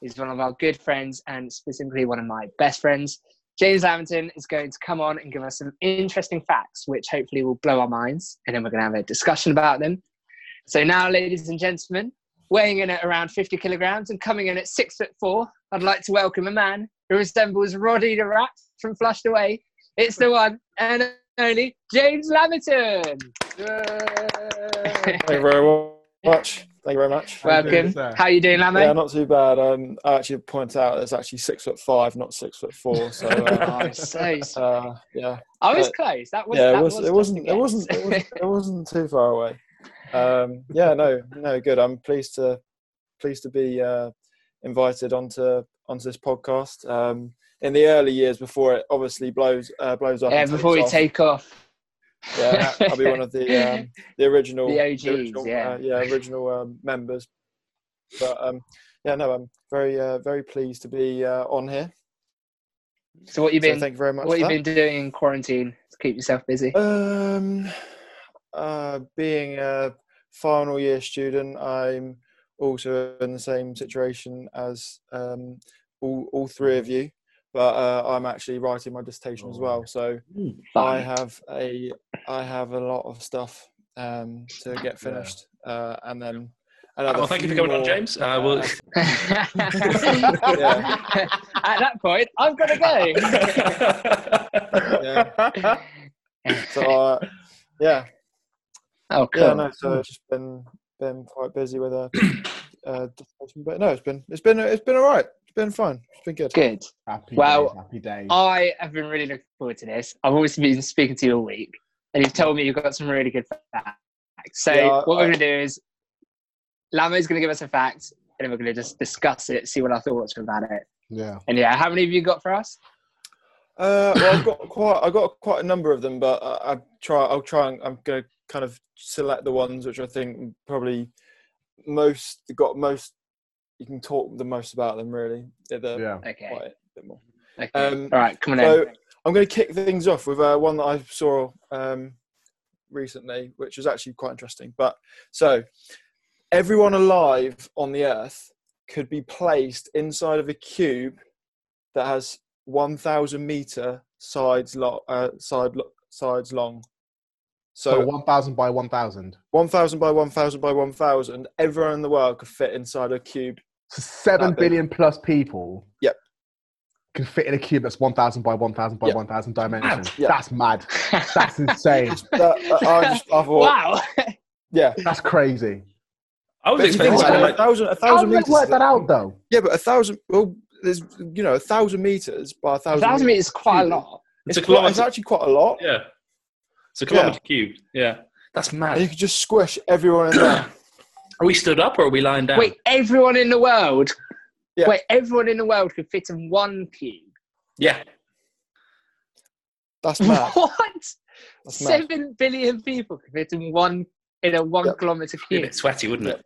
Speaker 4: He's one of our good friends and specifically one of my best friends. James Lamonton is going to come on and give us some interesting facts, which hopefully will blow our minds. And then we're going to have a discussion about them. So now, ladies and gentlemen, weighing in at around 50 kilograms and coming in at six foot four, I'd like to welcome a man who resembles Roddy the Rat from Flushed Away. It's the one and only James Lamerton.
Speaker 2: Thank you very much. Thank you very much.
Speaker 5: How you doing,
Speaker 4: Welcome.
Speaker 5: sir?
Speaker 4: How you doing, Lamo?
Speaker 2: Yeah, not too bad. Um, I actually point out it's actually six foot five, not six foot four.
Speaker 4: *laughs*
Speaker 2: So uh,
Speaker 4: Oh, so s-
Speaker 2: uh, yeah,
Speaker 4: I was
Speaker 2: Uh,
Speaker 4: close. That was
Speaker 2: yeah,
Speaker 4: that
Speaker 2: it, was,
Speaker 4: was
Speaker 2: it, wasn't,
Speaker 4: just a
Speaker 2: it wasn't,
Speaker 4: guess.
Speaker 2: it
Speaker 4: *laughs*
Speaker 2: wasn't, it wasn't too far away. Um, yeah, no, no, good. I'm pleased to, pleased to be uh, invited onto onto this podcast. Um, in the early years before it obviously blows uh, blows up.
Speaker 4: yeah,
Speaker 2: and takes
Speaker 4: before we
Speaker 2: off.
Speaker 4: take off.
Speaker 2: yeah, I'll be
Speaker 4: *laughs*
Speaker 2: one of the um, the original,
Speaker 4: The OGs,
Speaker 2: original,
Speaker 4: yeah.
Speaker 2: uh, yeah, original um, members. But um, yeah, no, I'm very uh, very pleased to be uh, on here.
Speaker 4: So what you
Speaker 2: So
Speaker 4: been
Speaker 2: thank you very much.
Speaker 4: what you
Speaker 2: for
Speaker 4: been doing in quarantine to keep yourself busy?
Speaker 2: that. Um, uh, being a final year student, I'm also in the same situation as um, all all three of you. But uh, I'm actually writing my dissertation as
Speaker 4: Oh.
Speaker 2: well, so I
Speaker 4: Fine.
Speaker 2: have a I have a lot of stuff um, to get finished, uh, and then another.
Speaker 3: well, thank you for
Speaker 2: few
Speaker 3: coming on,
Speaker 2: more,
Speaker 3: James. Uh, we'll-
Speaker 4: *laughs* At that point, I'm gonna go.
Speaker 2: *laughs*
Speaker 3: *laughs*
Speaker 2: yeah. so uh, yeah,
Speaker 4: oh, cool.
Speaker 2: yeah, no. So it's just been been quite busy with a, uh, dissertation, but no, it's been it's been it's been all right. It's been fine. It's been good.
Speaker 4: Good.
Speaker 5: Happy
Speaker 4: Well, uh,
Speaker 5: days, happy days.
Speaker 4: I have been really looking forward to this. I've always been speaking to you all week, and you've told me you've got some really good facts. So
Speaker 2: Yeah,
Speaker 4: what
Speaker 2: I-
Speaker 4: we're going to do is, Lamo's going to give us a fact, and then we're going to just discuss it, see what our thoughts are about it.
Speaker 5: yeah.
Speaker 4: And yeah, how many have you got for us?
Speaker 2: Uh, well, I've got quite I've got quite a number of them, but I, I try I'll try and I'm gonna kind of select the ones which I think probably most got most you can talk the most about them really. They're the-
Speaker 5: Yeah.
Speaker 4: Okay.
Speaker 2: quite a bit more.
Speaker 4: okay.
Speaker 2: um,
Speaker 4: all right, come on
Speaker 2: So
Speaker 4: in.
Speaker 2: I'm going to kick things off with uh, one that I saw um, recently, which was actually quite interesting. But so everyone alive on the Earth could be placed inside of a cube that has 1,000 meter sides lo- uh, side lo- sides long.
Speaker 5: So
Speaker 2: So
Speaker 5: 1,000 by 1,000.
Speaker 2: 1,000 by 1,000 by 1,000, everyone in the world could fit inside a cube.
Speaker 5: So 7
Speaker 2: That big.
Speaker 5: billion plus people.
Speaker 2: Yep.
Speaker 5: Can fit in a cube that's 1,000 by 1,000 by
Speaker 2: Yep.
Speaker 5: 1,000 dimensions.
Speaker 2: Yep.
Speaker 5: That's mad.
Speaker 4: *laughs*
Speaker 2: *laughs*
Speaker 5: That's insane.
Speaker 2: That, I- uh, I just,
Speaker 5: *laughs*
Speaker 2: I thought,
Speaker 4: wow.
Speaker 2: yeah.
Speaker 5: That's crazy.
Speaker 3: I was
Speaker 2: But if you
Speaker 3: expecting
Speaker 2: think about it,
Speaker 3: like,
Speaker 2: a thousand, a
Speaker 5: How
Speaker 2: thousand
Speaker 5: did they
Speaker 2: meters.
Speaker 5: work that out though?
Speaker 2: Yeah, but a thousand. Well, there's you know a thousand meters by a
Speaker 4: A
Speaker 2: thousand.
Speaker 4: thousand meters is quite a
Speaker 2: cube.
Speaker 4: lot.
Speaker 3: It's
Speaker 2: It's,
Speaker 3: a
Speaker 2: quite-
Speaker 3: kilometre.
Speaker 2: it's actually quite a lot.
Speaker 3: yeah, it's a
Speaker 2: Yeah.
Speaker 3: kilometre cubed. Yeah, that's
Speaker 2: And you
Speaker 3: mad.
Speaker 2: could just squish everyone in
Speaker 4: *coughs*
Speaker 2: there.
Speaker 3: Are we stood up or are we lying down?
Speaker 4: Wait, everyone in the world.
Speaker 2: Yeah.
Speaker 4: Wait, everyone in the world could fit in one cube.
Speaker 3: Yeah,
Speaker 2: That's mad.
Speaker 4: *laughs* What?
Speaker 2: That's mad.
Speaker 4: Seven billion people could fit in one in a one
Speaker 2: Yep.
Speaker 4: kilometer
Speaker 3: be a
Speaker 4: cube.
Speaker 3: bit sweaty, wouldn't it?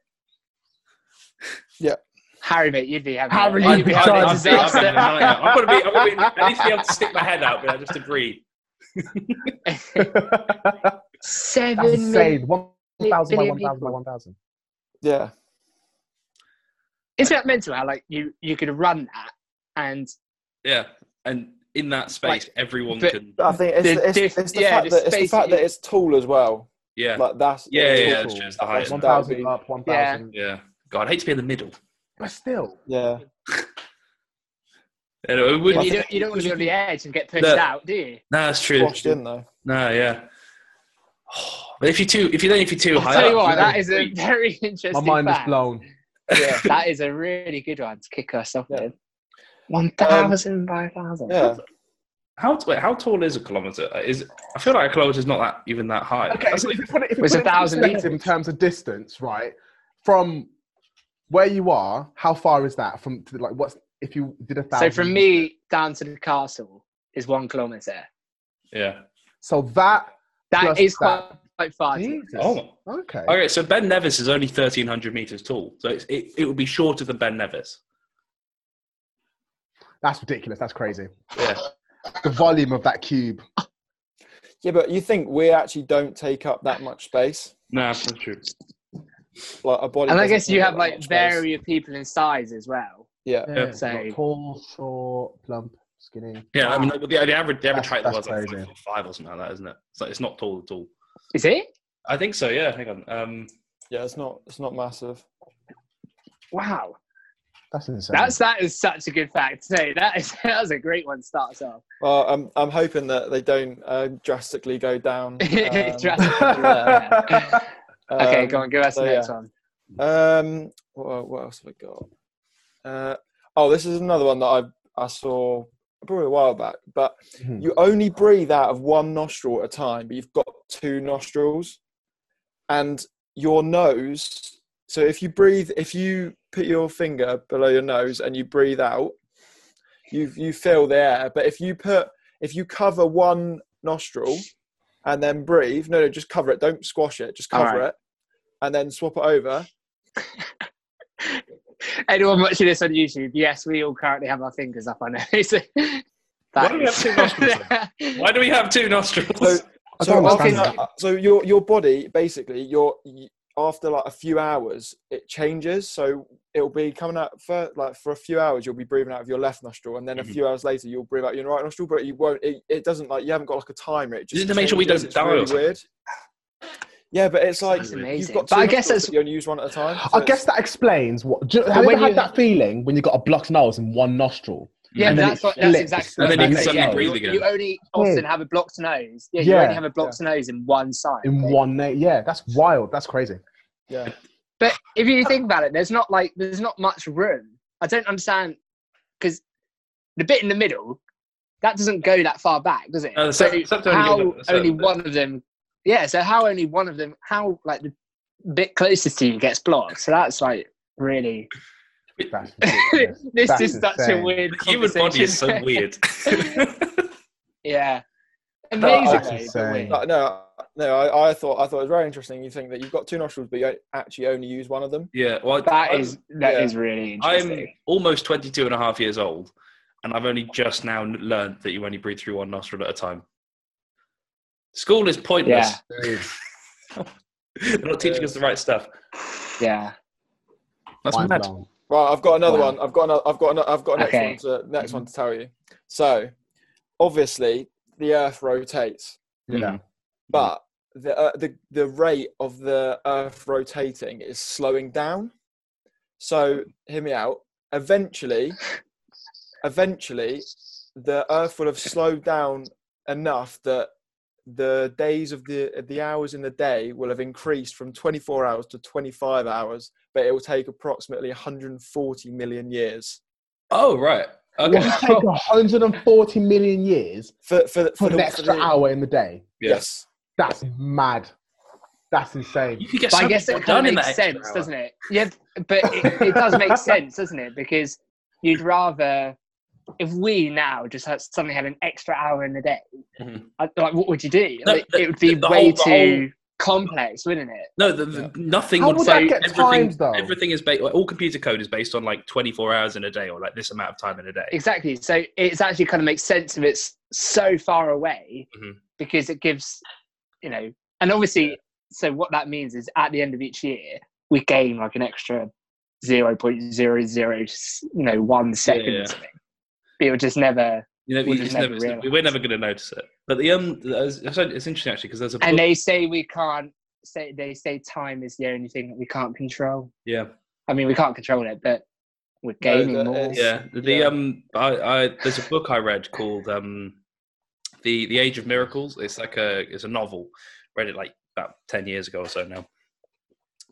Speaker 4: Harry, mate, you'd be happy.
Speaker 5: Harry,
Speaker 4: you'd
Speaker 5: you'd
Speaker 4: be
Speaker 5: be
Speaker 4: having a
Speaker 5: charged.
Speaker 4: disaster.
Speaker 3: I'm gonna be. I'm gonna be. I need to be able to stick my head out, but I just to breathe.
Speaker 5: *laughs* that's
Speaker 4: Seven million.
Speaker 5: insane. 1,000 by
Speaker 4: billion
Speaker 5: 1,000 by 1,000.
Speaker 2: Yeah.
Speaker 4: Isn't that mental? How like you you could run that and
Speaker 3: Yeah, and in that space, everyone
Speaker 4: but-
Speaker 3: can.
Speaker 2: But I think it's,
Speaker 4: The
Speaker 2: the- it's,
Speaker 4: diff-
Speaker 2: it's the
Speaker 4: yeah,
Speaker 2: fact
Speaker 4: the
Speaker 2: that it's the
Speaker 4: space
Speaker 2: fact
Speaker 4: that
Speaker 2: that
Speaker 4: you-
Speaker 2: it's tall as well.
Speaker 3: Yeah,
Speaker 2: Like that's
Speaker 3: yeah, yeah. yeah
Speaker 5: total.
Speaker 3: it's just the height.
Speaker 2: One-
Speaker 5: 1,000
Speaker 2: be-
Speaker 5: up, 1,000.
Speaker 3: Yeah. God, I hate to be in the middle.
Speaker 5: But still,
Speaker 2: yeah.
Speaker 3: Anyway, it would-
Speaker 4: you, don't, you don't want to be on the edge and get pushed
Speaker 3: No.
Speaker 4: out, do you?
Speaker 3: no, that's true.
Speaker 2: Washed in though.
Speaker 3: No, yeah. *sighs* But if you too, if you then if you're too
Speaker 4: I'll
Speaker 3: high,
Speaker 4: tell
Speaker 3: up,
Speaker 4: you what,
Speaker 3: you're
Speaker 4: that
Speaker 3: gonna
Speaker 4: is a
Speaker 3: reach.
Speaker 4: very interesting
Speaker 5: My mind is
Speaker 4: fact.
Speaker 5: blown.
Speaker 2: Yeah,
Speaker 4: That is a really good one to kick us off
Speaker 2: Yeah.
Speaker 4: with. Um, 1,000 by 1,000.
Speaker 2: yeah.
Speaker 3: How wait, how tall is a kilometer? Uh, Is I feel like a kilometer is not that even that high.
Speaker 5: Okay,
Speaker 3: That's
Speaker 5: so
Speaker 3: like-
Speaker 5: if you put it, if you
Speaker 4: It's
Speaker 5: put
Speaker 4: a
Speaker 5: it in
Speaker 4: thousand
Speaker 5: perspective in
Speaker 4: meters.
Speaker 5: terms of distance, right? From where you are, how far is that from to, like what's if you did a
Speaker 4: So
Speaker 5: thousand?
Speaker 4: from me down to the castle is one kilometre.
Speaker 3: yeah.
Speaker 5: so that
Speaker 4: That
Speaker 5: Plus
Speaker 4: is quite, quite far. to-
Speaker 5: Jesus.
Speaker 3: Oh.
Speaker 5: okay.
Speaker 3: Okay, so Ben Nevis is only thirteen hundred meters tall, so it's, it it would be shorter than Ben Nevis.
Speaker 5: That's ridiculous. That's crazy.
Speaker 3: Yeah.
Speaker 5: The volume of that cube.
Speaker 2: Yeah, but you think we actually don't take up that much space?
Speaker 3: No, that's not true.
Speaker 2: Like a body.
Speaker 4: And I
Speaker 2: doesn't
Speaker 4: guess you
Speaker 2: take up
Speaker 4: have
Speaker 2: that much
Speaker 4: like
Speaker 2: space.
Speaker 4: various people in size as well.
Speaker 2: Yeah.
Speaker 3: Yeah.
Speaker 4: So-
Speaker 5: Not tall, short, plump, skinny.
Speaker 3: Yeah, I mean the, the average the average
Speaker 5: That's-
Speaker 3: height there was
Speaker 5: that's
Speaker 3: like
Speaker 5: crazy.
Speaker 3: five, foot five or something like that, isn't it? It's like it's not tall at all.
Speaker 4: Is it?
Speaker 3: I think so. Yeah. Hang on. Um,
Speaker 2: Yeah, it's not. It's not massive.
Speaker 4: Wow.
Speaker 5: That's insane. *laughs*
Speaker 4: That's that is such a good fact. So that is *laughs* that was a great one. to Start us off. *laughs*
Speaker 2: Well, I'm I'm hoping that they don't uh, drastically go
Speaker 4: *laughs*
Speaker 2: down. um,
Speaker 4: Drastically,
Speaker 2: *laughs*
Speaker 5: yeah.
Speaker 4: Okay,
Speaker 2: um,
Speaker 4: go on, give us
Speaker 2: so,
Speaker 4: the
Speaker 2: yeah.
Speaker 4: next one.
Speaker 2: Um, what, what else have I got? Uh, oh, this is another one that I I saw probably a while back. But
Speaker 5: Mhm.
Speaker 2: you only breathe out of one nostril at a time, but you've got two nostrils, and your nose. So if you breathe, if you put your finger below your nose and you breathe out, you you fill the air. But if you put if you cover one nostril and then breathe, no, no, just cover it. Don't squash it. Just
Speaker 4: All
Speaker 2: cover
Speaker 4: right.
Speaker 2: it, and then swap it over.
Speaker 4: Anyone watching this on YouTube? Yes, we all currently have our fingers up our *laughs* nose. That
Speaker 3: Why do we
Speaker 4: is-
Speaker 3: have
Speaker 4: *laughs*
Speaker 3: two nostrils why do we have two
Speaker 2: So,
Speaker 3: nostrils?
Speaker 5: I
Speaker 2: so,
Speaker 5: don't
Speaker 2: after,
Speaker 5: understand
Speaker 2: that- so your your body basically your y- after like a few hours it changes. So it'll be coming out for like for a few hours you'll be breathing out of your left nostril, and then
Speaker 3: Mhm.
Speaker 2: a few hours later you'll breathe out your right nostril, but you won't. It, it doesn't like you haven't got like a timer. It just
Speaker 3: Just to make sure we
Speaker 2: changes.
Speaker 3: don't
Speaker 2: It's
Speaker 3: die or
Speaker 2: really
Speaker 3: something.
Speaker 2: weird. Yeah, but it's like
Speaker 4: That's
Speaker 2: you've
Speaker 4: amazing.
Speaker 2: got.
Speaker 4: But
Speaker 2: two
Speaker 4: I guess
Speaker 2: nostrils,
Speaker 4: that's-
Speaker 2: but you only use one at a time. so
Speaker 5: I
Speaker 2: it's-
Speaker 5: guess that explains what. Do, have you
Speaker 4: when
Speaker 5: ever had
Speaker 4: you-
Speaker 5: that feeling when you got a blocked nose in one nostril?
Speaker 3: *laughs*
Speaker 4: Yeah,
Speaker 5: And
Speaker 4: but
Speaker 5: then
Speaker 4: that's
Speaker 5: it
Speaker 4: what that's
Speaker 5: flips,
Speaker 4: exactly.
Speaker 5: and
Speaker 4: what
Speaker 5: then you
Speaker 4: I'm
Speaker 5: can
Speaker 4: saying.
Speaker 5: suddenly
Speaker 4: you,
Speaker 3: breathe again.
Speaker 4: you only often have a blocked nose. Yeah, you
Speaker 5: Yeah.
Speaker 4: only have a blocked nose in one side.
Speaker 5: in one na- Yeah, that's wild. That's crazy.
Speaker 2: yeah.
Speaker 4: But
Speaker 3: *laughs*
Speaker 4: if you think about it, there's not like there's not much room. I don't understand because the bit in the middle that doesn't go that far back, does it?
Speaker 3: No, the
Speaker 4: so
Speaker 3: sep- septum only
Speaker 4: how
Speaker 3: goes
Speaker 4: only,
Speaker 3: up to the septum.
Speaker 4: one of them? Yeah, so how only one of them? How like the bit closest to you gets blocked? So that's like really. *laughs*
Speaker 5: That's
Speaker 4: this
Speaker 5: ridiculous. That's
Speaker 4: is such a
Speaker 5: insane.
Speaker 4: weird.
Speaker 3: The human body is so
Speaker 4: conversation.
Speaker 3: weird. *laughs*
Speaker 4: *laughs* yeah.
Speaker 2: That's
Speaker 4: Amazing. though, but
Speaker 5: insane.
Speaker 4: weird.
Speaker 2: Like, no, no. I, I thought I thought it was very interesting. You think that you've got two nostrils, but you actually only use one of them.
Speaker 3: yeah. Well,
Speaker 4: That
Speaker 3: I'm-
Speaker 4: is that is
Speaker 2: yeah.
Speaker 4: really interesting.
Speaker 3: I'm almost 22 and a half years old, and I've only just now learned that you only breathe through one nostril at a time. School is pointless. *laughs* They're not teaching us the right stuff.
Speaker 4: yeah.
Speaker 3: That's
Speaker 5: Mind
Speaker 3: mad.
Speaker 5: blown.
Speaker 2: Right, I've got another
Speaker 4: Wow.
Speaker 2: one. I've got another, I've got another, I've got a next
Speaker 4: Okay. Mm-hmm.
Speaker 2: one to next one to tell you. So, obviously, the Earth rotates,
Speaker 5: Yeah.
Speaker 3: Hmm.
Speaker 2: but the uh, the the rate of the Earth rotating is slowing down. So, hear me out. Eventually, eventually, the Earth will have slowed down enough that the days of the the hours in the day will have increased from 24 hours to 25 hours but it will take approximately 140 million years
Speaker 3: Oh right.
Speaker 5: It
Speaker 3: Okay. *laughs*
Speaker 5: would take 140 million
Speaker 4: *laughs*
Speaker 5: years
Speaker 2: for for,
Speaker 5: for
Speaker 2: the-
Speaker 5: an extra
Speaker 2: the-
Speaker 5: hour in the day.
Speaker 3: Yeah.
Speaker 2: Yes.
Speaker 5: That's mad. That's
Speaker 3: You
Speaker 5: insane.
Speaker 3: could get
Speaker 4: But I
Speaker 3: so much
Speaker 4: guess it
Speaker 3: more
Speaker 4: kind
Speaker 3: done
Speaker 4: of
Speaker 3: in
Speaker 4: makes
Speaker 3: that extra
Speaker 4: sense,
Speaker 3: hour.
Speaker 4: doesn't it? Yeah, but it, it does
Speaker 3: *laughs*
Speaker 4: make sense, doesn't it? Because you'd rather, if we now just had, suddenly had an extra hour in the day,
Speaker 3: Mhm.
Speaker 4: I- like what would you do?
Speaker 3: No,
Speaker 4: Like,
Speaker 3: the-
Speaker 4: it would be
Speaker 3: the
Speaker 4: way
Speaker 3: whole- the
Speaker 4: too complex, wouldn't it?
Speaker 3: No, the, the, nothing
Speaker 5: How
Speaker 3: would,
Speaker 5: would
Speaker 3: say
Speaker 5: that get
Speaker 3: everything.
Speaker 5: timed, though?
Speaker 3: everything is based. all computer code is based on like 24 hours in a day or like this amount of time in a day.
Speaker 4: Exactly. So it's actually kind of makes sense if it's so far away
Speaker 3: Mhm.
Speaker 4: because it gives, you know, and obviously, so what that means is at the end of each year, we gain like an extra 0.001 you know, one second
Speaker 3: Yeah.
Speaker 4: or something. But it would just never.
Speaker 3: You know,
Speaker 4: We'll
Speaker 3: you
Speaker 4: just
Speaker 3: just
Speaker 4: never
Speaker 3: never,
Speaker 4: realise.
Speaker 3: we're never going to notice it. But the um, it's, it's interesting actually because there's a
Speaker 4: And
Speaker 3: book-
Speaker 4: they say we can't, say, they say time is the only thing that we can't control.
Speaker 3: yeah.
Speaker 4: I mean, we can't control it, but We're gaining
Speaker 2: that
Speaker 4: more.
Speaker 2: is-
Speaker 3: uh, Yeah, the
Speaker 2: Yeah.
Speaker 3: um, I, I there's a book I read called um, the the Age of Miracles. It's like a it's a novel. Read it like about ten years ago or so now,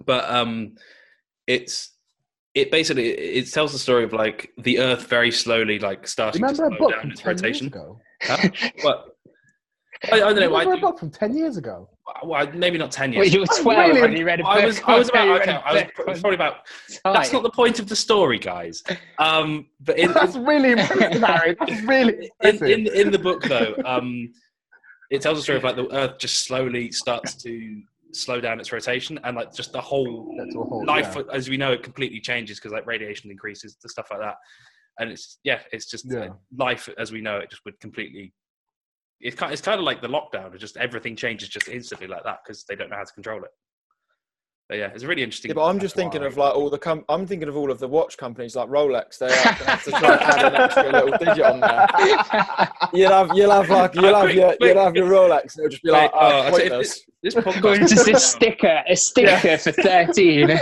Speaker 3: but um, it's it basically it tells the story of like the Earth very slowly like starting
Speaker 5: Remember a
Speaker 3: to slow
Speaker 5: book from
Speaker 3: down its
Speaker 5: 10 years
Speaker 3: rotation.
Speaker 5: ago?
Speaker 3: Huh? But I, I don't know. I
Speaker 5: Remember a
Speaker 3: do-
Speaker 5: book from 10 years ago?
Speaker 3: well, maybe not ten
Speaker 4: Well,
Speaker 3: years. *laughs*
Speaker 4: you were
Speaker 5: Oh,
Speaker 4: 12
Speaker 5: really?
Speaker 4: when you read a book.
Speaker 3: I was I was
Speaker 4: on- you
Speaker 3: about
Speaker 4: read
Speaker 3: okay.
Speaker 4: a
Speaker 3: I was
Speaker 4: book on
Speaker 3: probably about.
Speaker 4: time.
Speaker 3: That's not the point of the story, guys. Um, but *laughs*
Speaker 5: *laughs*
Speaker 3: in,
Speaker 5: That's
Speaker 3: *laughs*
Speaker 5: really impressive, Harry. That's really
Speaker 3: in,
Speaker 5: impressive.
Speaker 3: in, in the book though um, it tells a story of like the earth just slowly starts to slow down its rotation and like just the whole
Speaker 5: That's a
Speaker 2: Oh,
Speaker 5: whole-
Speaker 3: life
Speaker 5: *laughs* yeah.
Speaker 3: as we know it completely changes because like radiation increases and stuff like that and it's yeah it's just uh,
Speaker 5: Yeah.
Speaker 3: life as we know it just would completely it's kind, it's kind of like the lockdown it's just everything changes just instantly like that because they don't know how to control it but yeah it's a really interesting
Speaker 2: Yeah, but I'm just
Speaker 3: that's
Speaker 2: thinking
Speaker 3: why.
Speaker 2: of like all the com- I'm thinking of all of the watch companies like Rolex. They are gonna have to try and add an extra
Speaker 3: *laughs*
Speaker 2: little digit on there. You'll have you'll have like you'll
Speaker 3: Oh,
Speaker 2: have
Speaker 3: quick,
Speaker 2: your
Speaker 3: quick.
Speaker 2: you'll have your Rolex. It'll just be like
Speaker 3: Wait, oh,
Speaker 2: oh,
Speaker 3: I tell you,
Speaker 2: pointless.
Speaker 3: this, this
Speaker 4: Or
Speaker 3: podcast
Speaker 4: *laughs* just a sticker, a sticker for *laughs* 13.
Speaker 2: *laughs*
Speaker 3: um,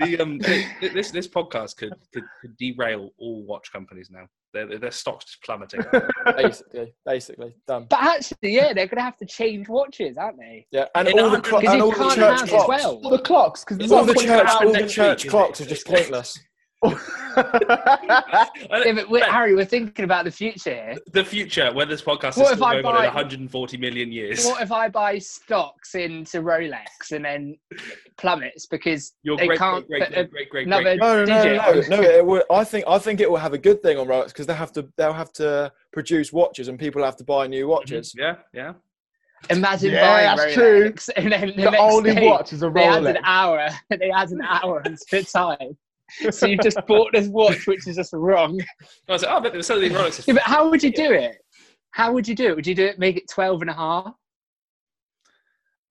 Speaker 3: the, um, th- th- this this podcast could, could could derail all watch companies now. Their their stocks just
Speaker 2: *laughs*
Speaker 3: plummeting.
Speaker 2: *laughs* basically, basically done.
Speaker 4: But actually, yeah, they're going to have to change watches, aren't they?
Speaker 2: Yeah, and
Speaker 3: In
Speaker 2: all the,
Speaker 3: 100
Speaker 2: clo-
Speaker 4: Because
Speaker 2: and all
Speaker 4: you
Speaker 2: the
Speaker 4: can't
Speaker 2: church
Speaker 4: have
Speaker 2: clocks,
Speaker 4: 12.
Speaker 5: All the clocks, because
Speaker 3: It's
Speaker 2: all the
Speaker 3: It's
Speaker 2: church,
Speaker 3: happened
Speaker 2: all the
Speaker 3: next
Speaker 2: church
Speaker 3: week, isn't
Speaker 2: clocks
Speaker 3: it?
Speaker 2: are just pointless.
Speaker 4: Yeah, but we're, Harry, we're thinking about the future here.
Speaker 3: Uh, the future, when this podcast
Speaker 4: What
Speaker 3: is
Speaker 4: if
Speaker 3: still
Speaker 4: I
Speaker 3: going on in
Speaker 4: buy-
Speaker 3: 140 million years,
Speaker 4: What if I buy stocks into Rolex and then it plummets because
Speaker 3: your
Speaker 4: they
Speaker 3: great
Speaker 4: can't
Speaker 3: great great
Speaker 4: put a-
Speaker 3: great great great,
Speaker 4: another
Speaker 2: No, no,
Speaker 4: digit
Speaker 2: no, no,
Speaker 4: on?
Speaker 2: no. It will, I think I think it will have a good thing on Rolex because they have to they'll have to produce watches and people have to buy new watches.
Speaker 3: yeah yeah.
Speaker 4: Imagine
Speaker 5: Yeah,
Speaker 4: buying
Speaker 5: that's
Speaker 4: Rolex *laughs* and then the,
Speaker 5: *laughs* the
Speaker 4: next
Speaker 5: only
Speaker 4: day
Speaker 5: watch is a
Speaker 4: they add an
Speaker 5: Rolex.
Speaker 4: hour. *laughs* They add an hour into time. So you've just bought this watch, which is just wrong. *laughs*
Speaker 3: I was like, oh, but there's something wrong. It's
Speaker 4: Yeah,
Speaker 3: just-
Speaker 4: but how would you do it? How would you do it? Would you do it, make it 12 and a half?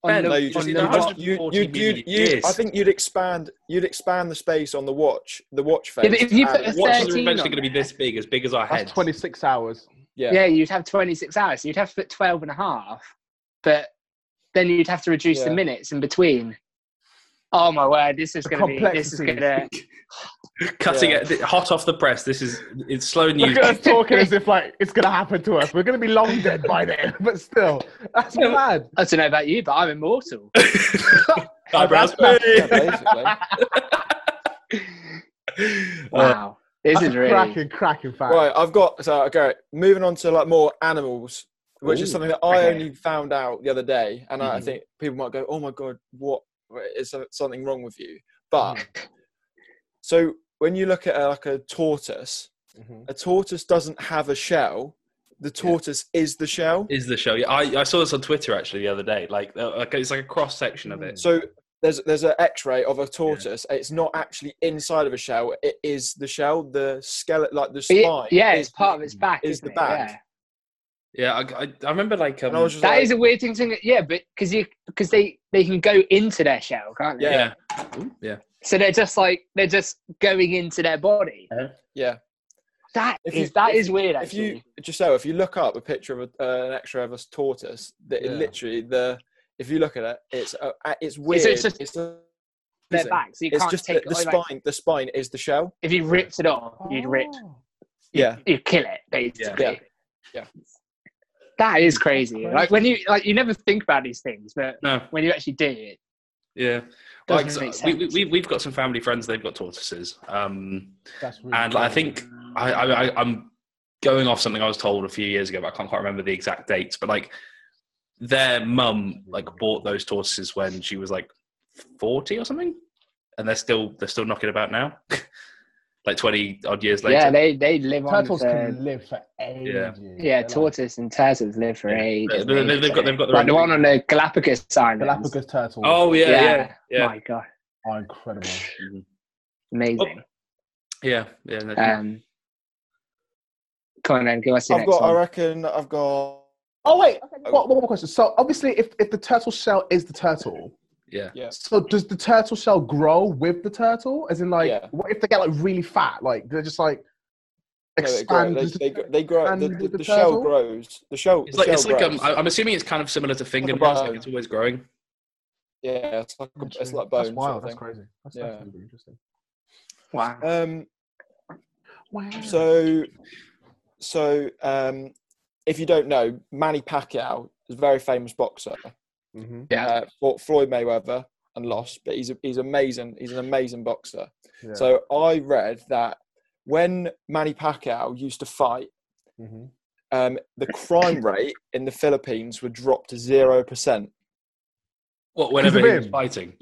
Speaker 4: On
Speaker 3: Ben,
Speaker 4: the-
Speaker 2: No, you
Speaker 4: on
Speaker 2: just
Speaker 3: on
Speaker 2: you
Speaker 4: the
Speaker 3: the
Speaker 4: watch?
Speaker 2: just you
Speaker 3: 140
Speaker 2: you you
Speaker 3: million
Speaker 2: you. I
Speaker 3: years.
Speaker 2: think you'd expand you'd expand the space on the watch the watch face.
Speaker 4: Yeah, but if you put
Speaker 2: and-
Speaker 4: a
Speaker 3: watches are
Speaker 4: 13
Speaker 3: eventually
Speaker 4: on
Speaker 3: going to be
Speaker 4: there.
Speaker 3: this big, as big as our
Speaker 5: That's
Speaker 3: heads.
Speaker 5: 26 hours.
Speaker 2: yeah.
Speaker 4: yeah, you'd have 26 hours. So you'd have to put 12 and a half, but then you'd have to reduce the
Speaker 2: Yeah.
Speaker 4: minutes in between. Oh my word, this is
Speaker 5: The
Speaker 4: going to be, this is going
Speaker 5: complexity.
Speaker 4: to,
Speaker 3: Cutting
Speaker 2: Yeah.
Speaker 3: it th- hot off the press. This is it's slow news.
Speaker 5: Look at us talking as if like it's gonna happen to us. We're gonna be long dead by then, *laughs* but still, that's
Speaker 3: Yeah,
Speaker 5: mad.
Speaker 4: *laughs* I don't know about you, but I'm
Speaker 2: *laughs*
Speaker 4: immortal.
Speaker 3: *laughs* Eyebrows.
Speaker 2: Yeah, basically.
Speaker 4: Wow. This
Speaker 5: That's
Speaker 4: is
Speaker 5: a
Speaker 4: really,
Speaker 5: cracking, cracking fact.
Speaker 2: *laughs* Right, I've got so okay. Moving on to like more animals, which is
Speaker 5: Ooh,
Speaker 2: something that I
Speaker 4: okay.
Speaker 2: only found out the other day, and I I
Speaker 3: Mhm.
Speaker 2: think people might go, "Oh my god, what is so- something wrong with you?" But so when you look at a, like a tortoise,
Speaker 5: Mhm.
Speaker 2: a tortoise doesn't have a shell. The tortoise is the shell.
Speaker 3: is the show. Yeah, I, I saw this on Twitter actually the other day. Like, uh, like it's like a cross section of it.
Speaker 2: So there's there's an X-ray of a tortoise. It's not actually inside of a shell. It is the shell. The skeleton, like the
Speaker 4: but yeah-
Speaker 2: spine.
Speaker 4: yeah,
Speaker 2: is
Speaker 4: it's part of its back.
Speaker 2: is
Speaker 4: isn't
Speaker 2: the
Speaker 4: it?
Speaker 2: back.
Speaker 4: Yeah.
Speaker 3: Yeah, I, I, I remember like um,
Speaker 2: And I was just
Speaker 4: That
Speaker 2: like-
Speaker 4: is a weird thing to, yeah, but because you, because they, they can go into their shell, can't they?
Speaker 3: yeah, Ooh, yeah.
Speaker 4: So they're just like, they're just going into their body.
Speaker 2: Uh-huh. yeah.
Speaker 4: That
Speaker 2: If
Speaker 4: is
Speaker 2: you-
Speaker 4: that
Speaker 2: if-
Speaker 4: is weird,
Speaker 2: if
Speaker 4: actually.
Speaker 2: you Giselle, if you look up a picture of a, uh, an X-ray of a tortoise, that it
Speaker 5: Yeah.
Speaker 2: literally the if you look at it, it's uh, uh, it's weird.
Speaker 4: it's just their
Speaker 2: amazing.
Speaker 4: back, so you
Speaker 2: It's
Speaker 4: can't
Speaker 2: just
Speaker 4: take
Speaker 2: the, the
Speaker 4: it away.
Speaker 2: spine. The spine is the shell.
Speaker 4: if you ripped it off, you'd rip,
Speaker 5: Oh,
Speaker 2: Yeah,
Speaker 4: you kill it basically.
Speaker 2: Yeah. Yeah.
Speaker 4: That is crazy. Like when you like, you never think about these things, but
Speaker 3: No,
Speaker 4: when you actually do it,
Speaker 3: yeah.
Speaker 4: Doesn't
Speaker 3: Like, so
Speaker 4: make
Speaker 3: we, we,
Speaker 4: sense.
Speaker 3: we- we've got some family friends. They've got tortoises. Um,
Speaker 5: That's really
Speaker 3: and I think
Speaker 4: Mm.
Speaker 3: I, I, I, I'm going off something I was told a few years ago, but I can't quite remember the exact dates. But like, their mum like bought those tortoises when she was like 40 or something, and they're still they're still knocking about now, *laughs* like 20 odd years later.
Speaker 4: yeah, they they live
Speaker 5: turtles
Speaker 4: on. For,
Speaker 5: can live for ages.
Speaker 3: Yeah.
Speaker 4: yeah,
Speaker 5: They're
Speaker 4: tortoise and turtles live for
Speaker 3: Yeah.
Speaker 4: ages.
Speaker 3: They- they-
Speaker 4: and
Speaker 3: they've got- they've got their
Speaker 4: like
Speaker 3: own-
Speaker 4: the one on the Galapagos
Speaker 5: Like,
Speaker 4: island.
Speaker 5: Galapagos turtles
Speaker 3: Oh yeah, yeah, yeah.
Speaker 4: My God,
Speaker 5: are
Speaker 4: *laughs*
Speaker 5: incredible.
Speaker 4: amazing.
Speaker 3: Yeah, yeah. no-
Speaker 4: Um, come on then, give us your
Speaker 2: I've
Speaker 4: next
Speaker 2: got. I
Speaker 4: one.
Speaker 2: reckon I've got.
Speaker 5: Oh wait, what, one more question. So obviously, if, if the turtle shell is the turtle,
Speaker 3: yeah.
Speaker 2: Yeah.
Speaker 5: so does the turtle shell grow with the turtle? As in, like,
Speaker 2: Yeah.
Speaker 5: what if they get like really fat? Like they're just like
Speaker 2: No, they grow.
Speaker 5: expand.
Speaker 2: They,
Speaker 5: does the
Speaker 2: they, gr- they grow.
Speaker 5: expand
Speaker 2: The,
Speaker 5: with
Speaker 2: the,
Speaker 5: the
Speaker 2: the shell
Speaker 5: turtle?
Speaker 2: grows. The shell.
Speaker 3: It's
Speaker 2: the
Speaker 3: like it's
Speaker 2: shell
Speaker 3: like um,
Speaker 2: grows.
Speaker 3: I- I'm assuming it's kind of similar to fingernails. Like it's always growing.
Speaker 2: yeah, it's like a, it's like bone.
Speaker 5: That's wild.
Speaker 2: sort
Speaker 5: That's
Speaker 2: of thing.
Speaker 5: crazy. That's
Speaker 2: Yeah.
Speaker 5: actually really interesting.
Speaker 4: Wow.
Speaker 2: Um, So, so um, if you don't know, Manny Pacquiao is a very famous boxer.
Speaker 3: Mm-hmm.
Speaker 5: Mhm.
Speaker 4: Yeah.
Speaker 2: Uh, fought Floyd Mayweather and lost, but he's a, he's amazing. He's an amazing boxer.
Speaker 5: Yeah.
Speaker 2: So I read that when Manny Pacquiao used to fight,
Speaker 3: Mm-hmm.
Speaker 5: Mhm.
Speaker 2: um, the crime rate in the Philippines would drop to zero percent
Speaker 3: What, whenever he was
Speaker 5: him.
Speaker 4: *laughs*
Speaker 3: fighting.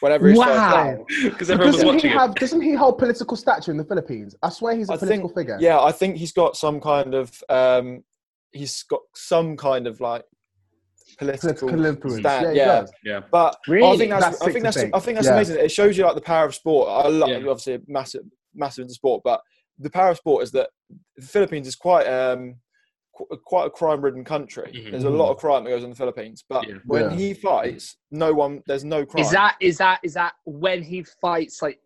Speaker 2: whenever it's
Speaker 4: Wow.
Speaker 3: Because
Speaker 5: But
Speaker 3: everyone was
Speaker 5: doesn't he
Speaker 3: watching him.
Speaker 5: have? Doesn't he hold political stature in the Philippines? I swear he's a
Speaker 2: I think-
Speaker 5: political figure.
Speaker 2: Yeah, I think he's got some kind of um, he's got some kind of like political,
Speaker 5: political influence.
Speaker 2: stand.
Speaker 5: yeah,
Speaker 2: Yeah,
Speaker 5: he does.
Speaker 3: Yeah.
Speaker 2: but I
Speaker 4: Really?
Speaker 2: think that's,
Speaker 5: That's
Speaker 2: I
Speaker 5: sick
Speaker 2: think
Speaker 5: to
Speaker 2: that's
Speaker 5: think.
Speaker 2: I think that's
Speaker 5: Yeah.
Speaker 2: amazing. It shows you like the power of sport. I love
Speaker 3: Yeah.
Speaker 2: obviously a massive massive into sport, but the power of sport is that the Philippines is quite um qu- quite a crime ridden country.
Speaker 3: Mhm.
Speaker 2: There's a lot of crime that goes on in the Philippines, but
Speaker 3: Yeah.
Speaker 2: when
Speaker 5: Yeah.
Speaker 2: he fights, no one there's no crime.
Speaker 4: Is that is that is that when he fights like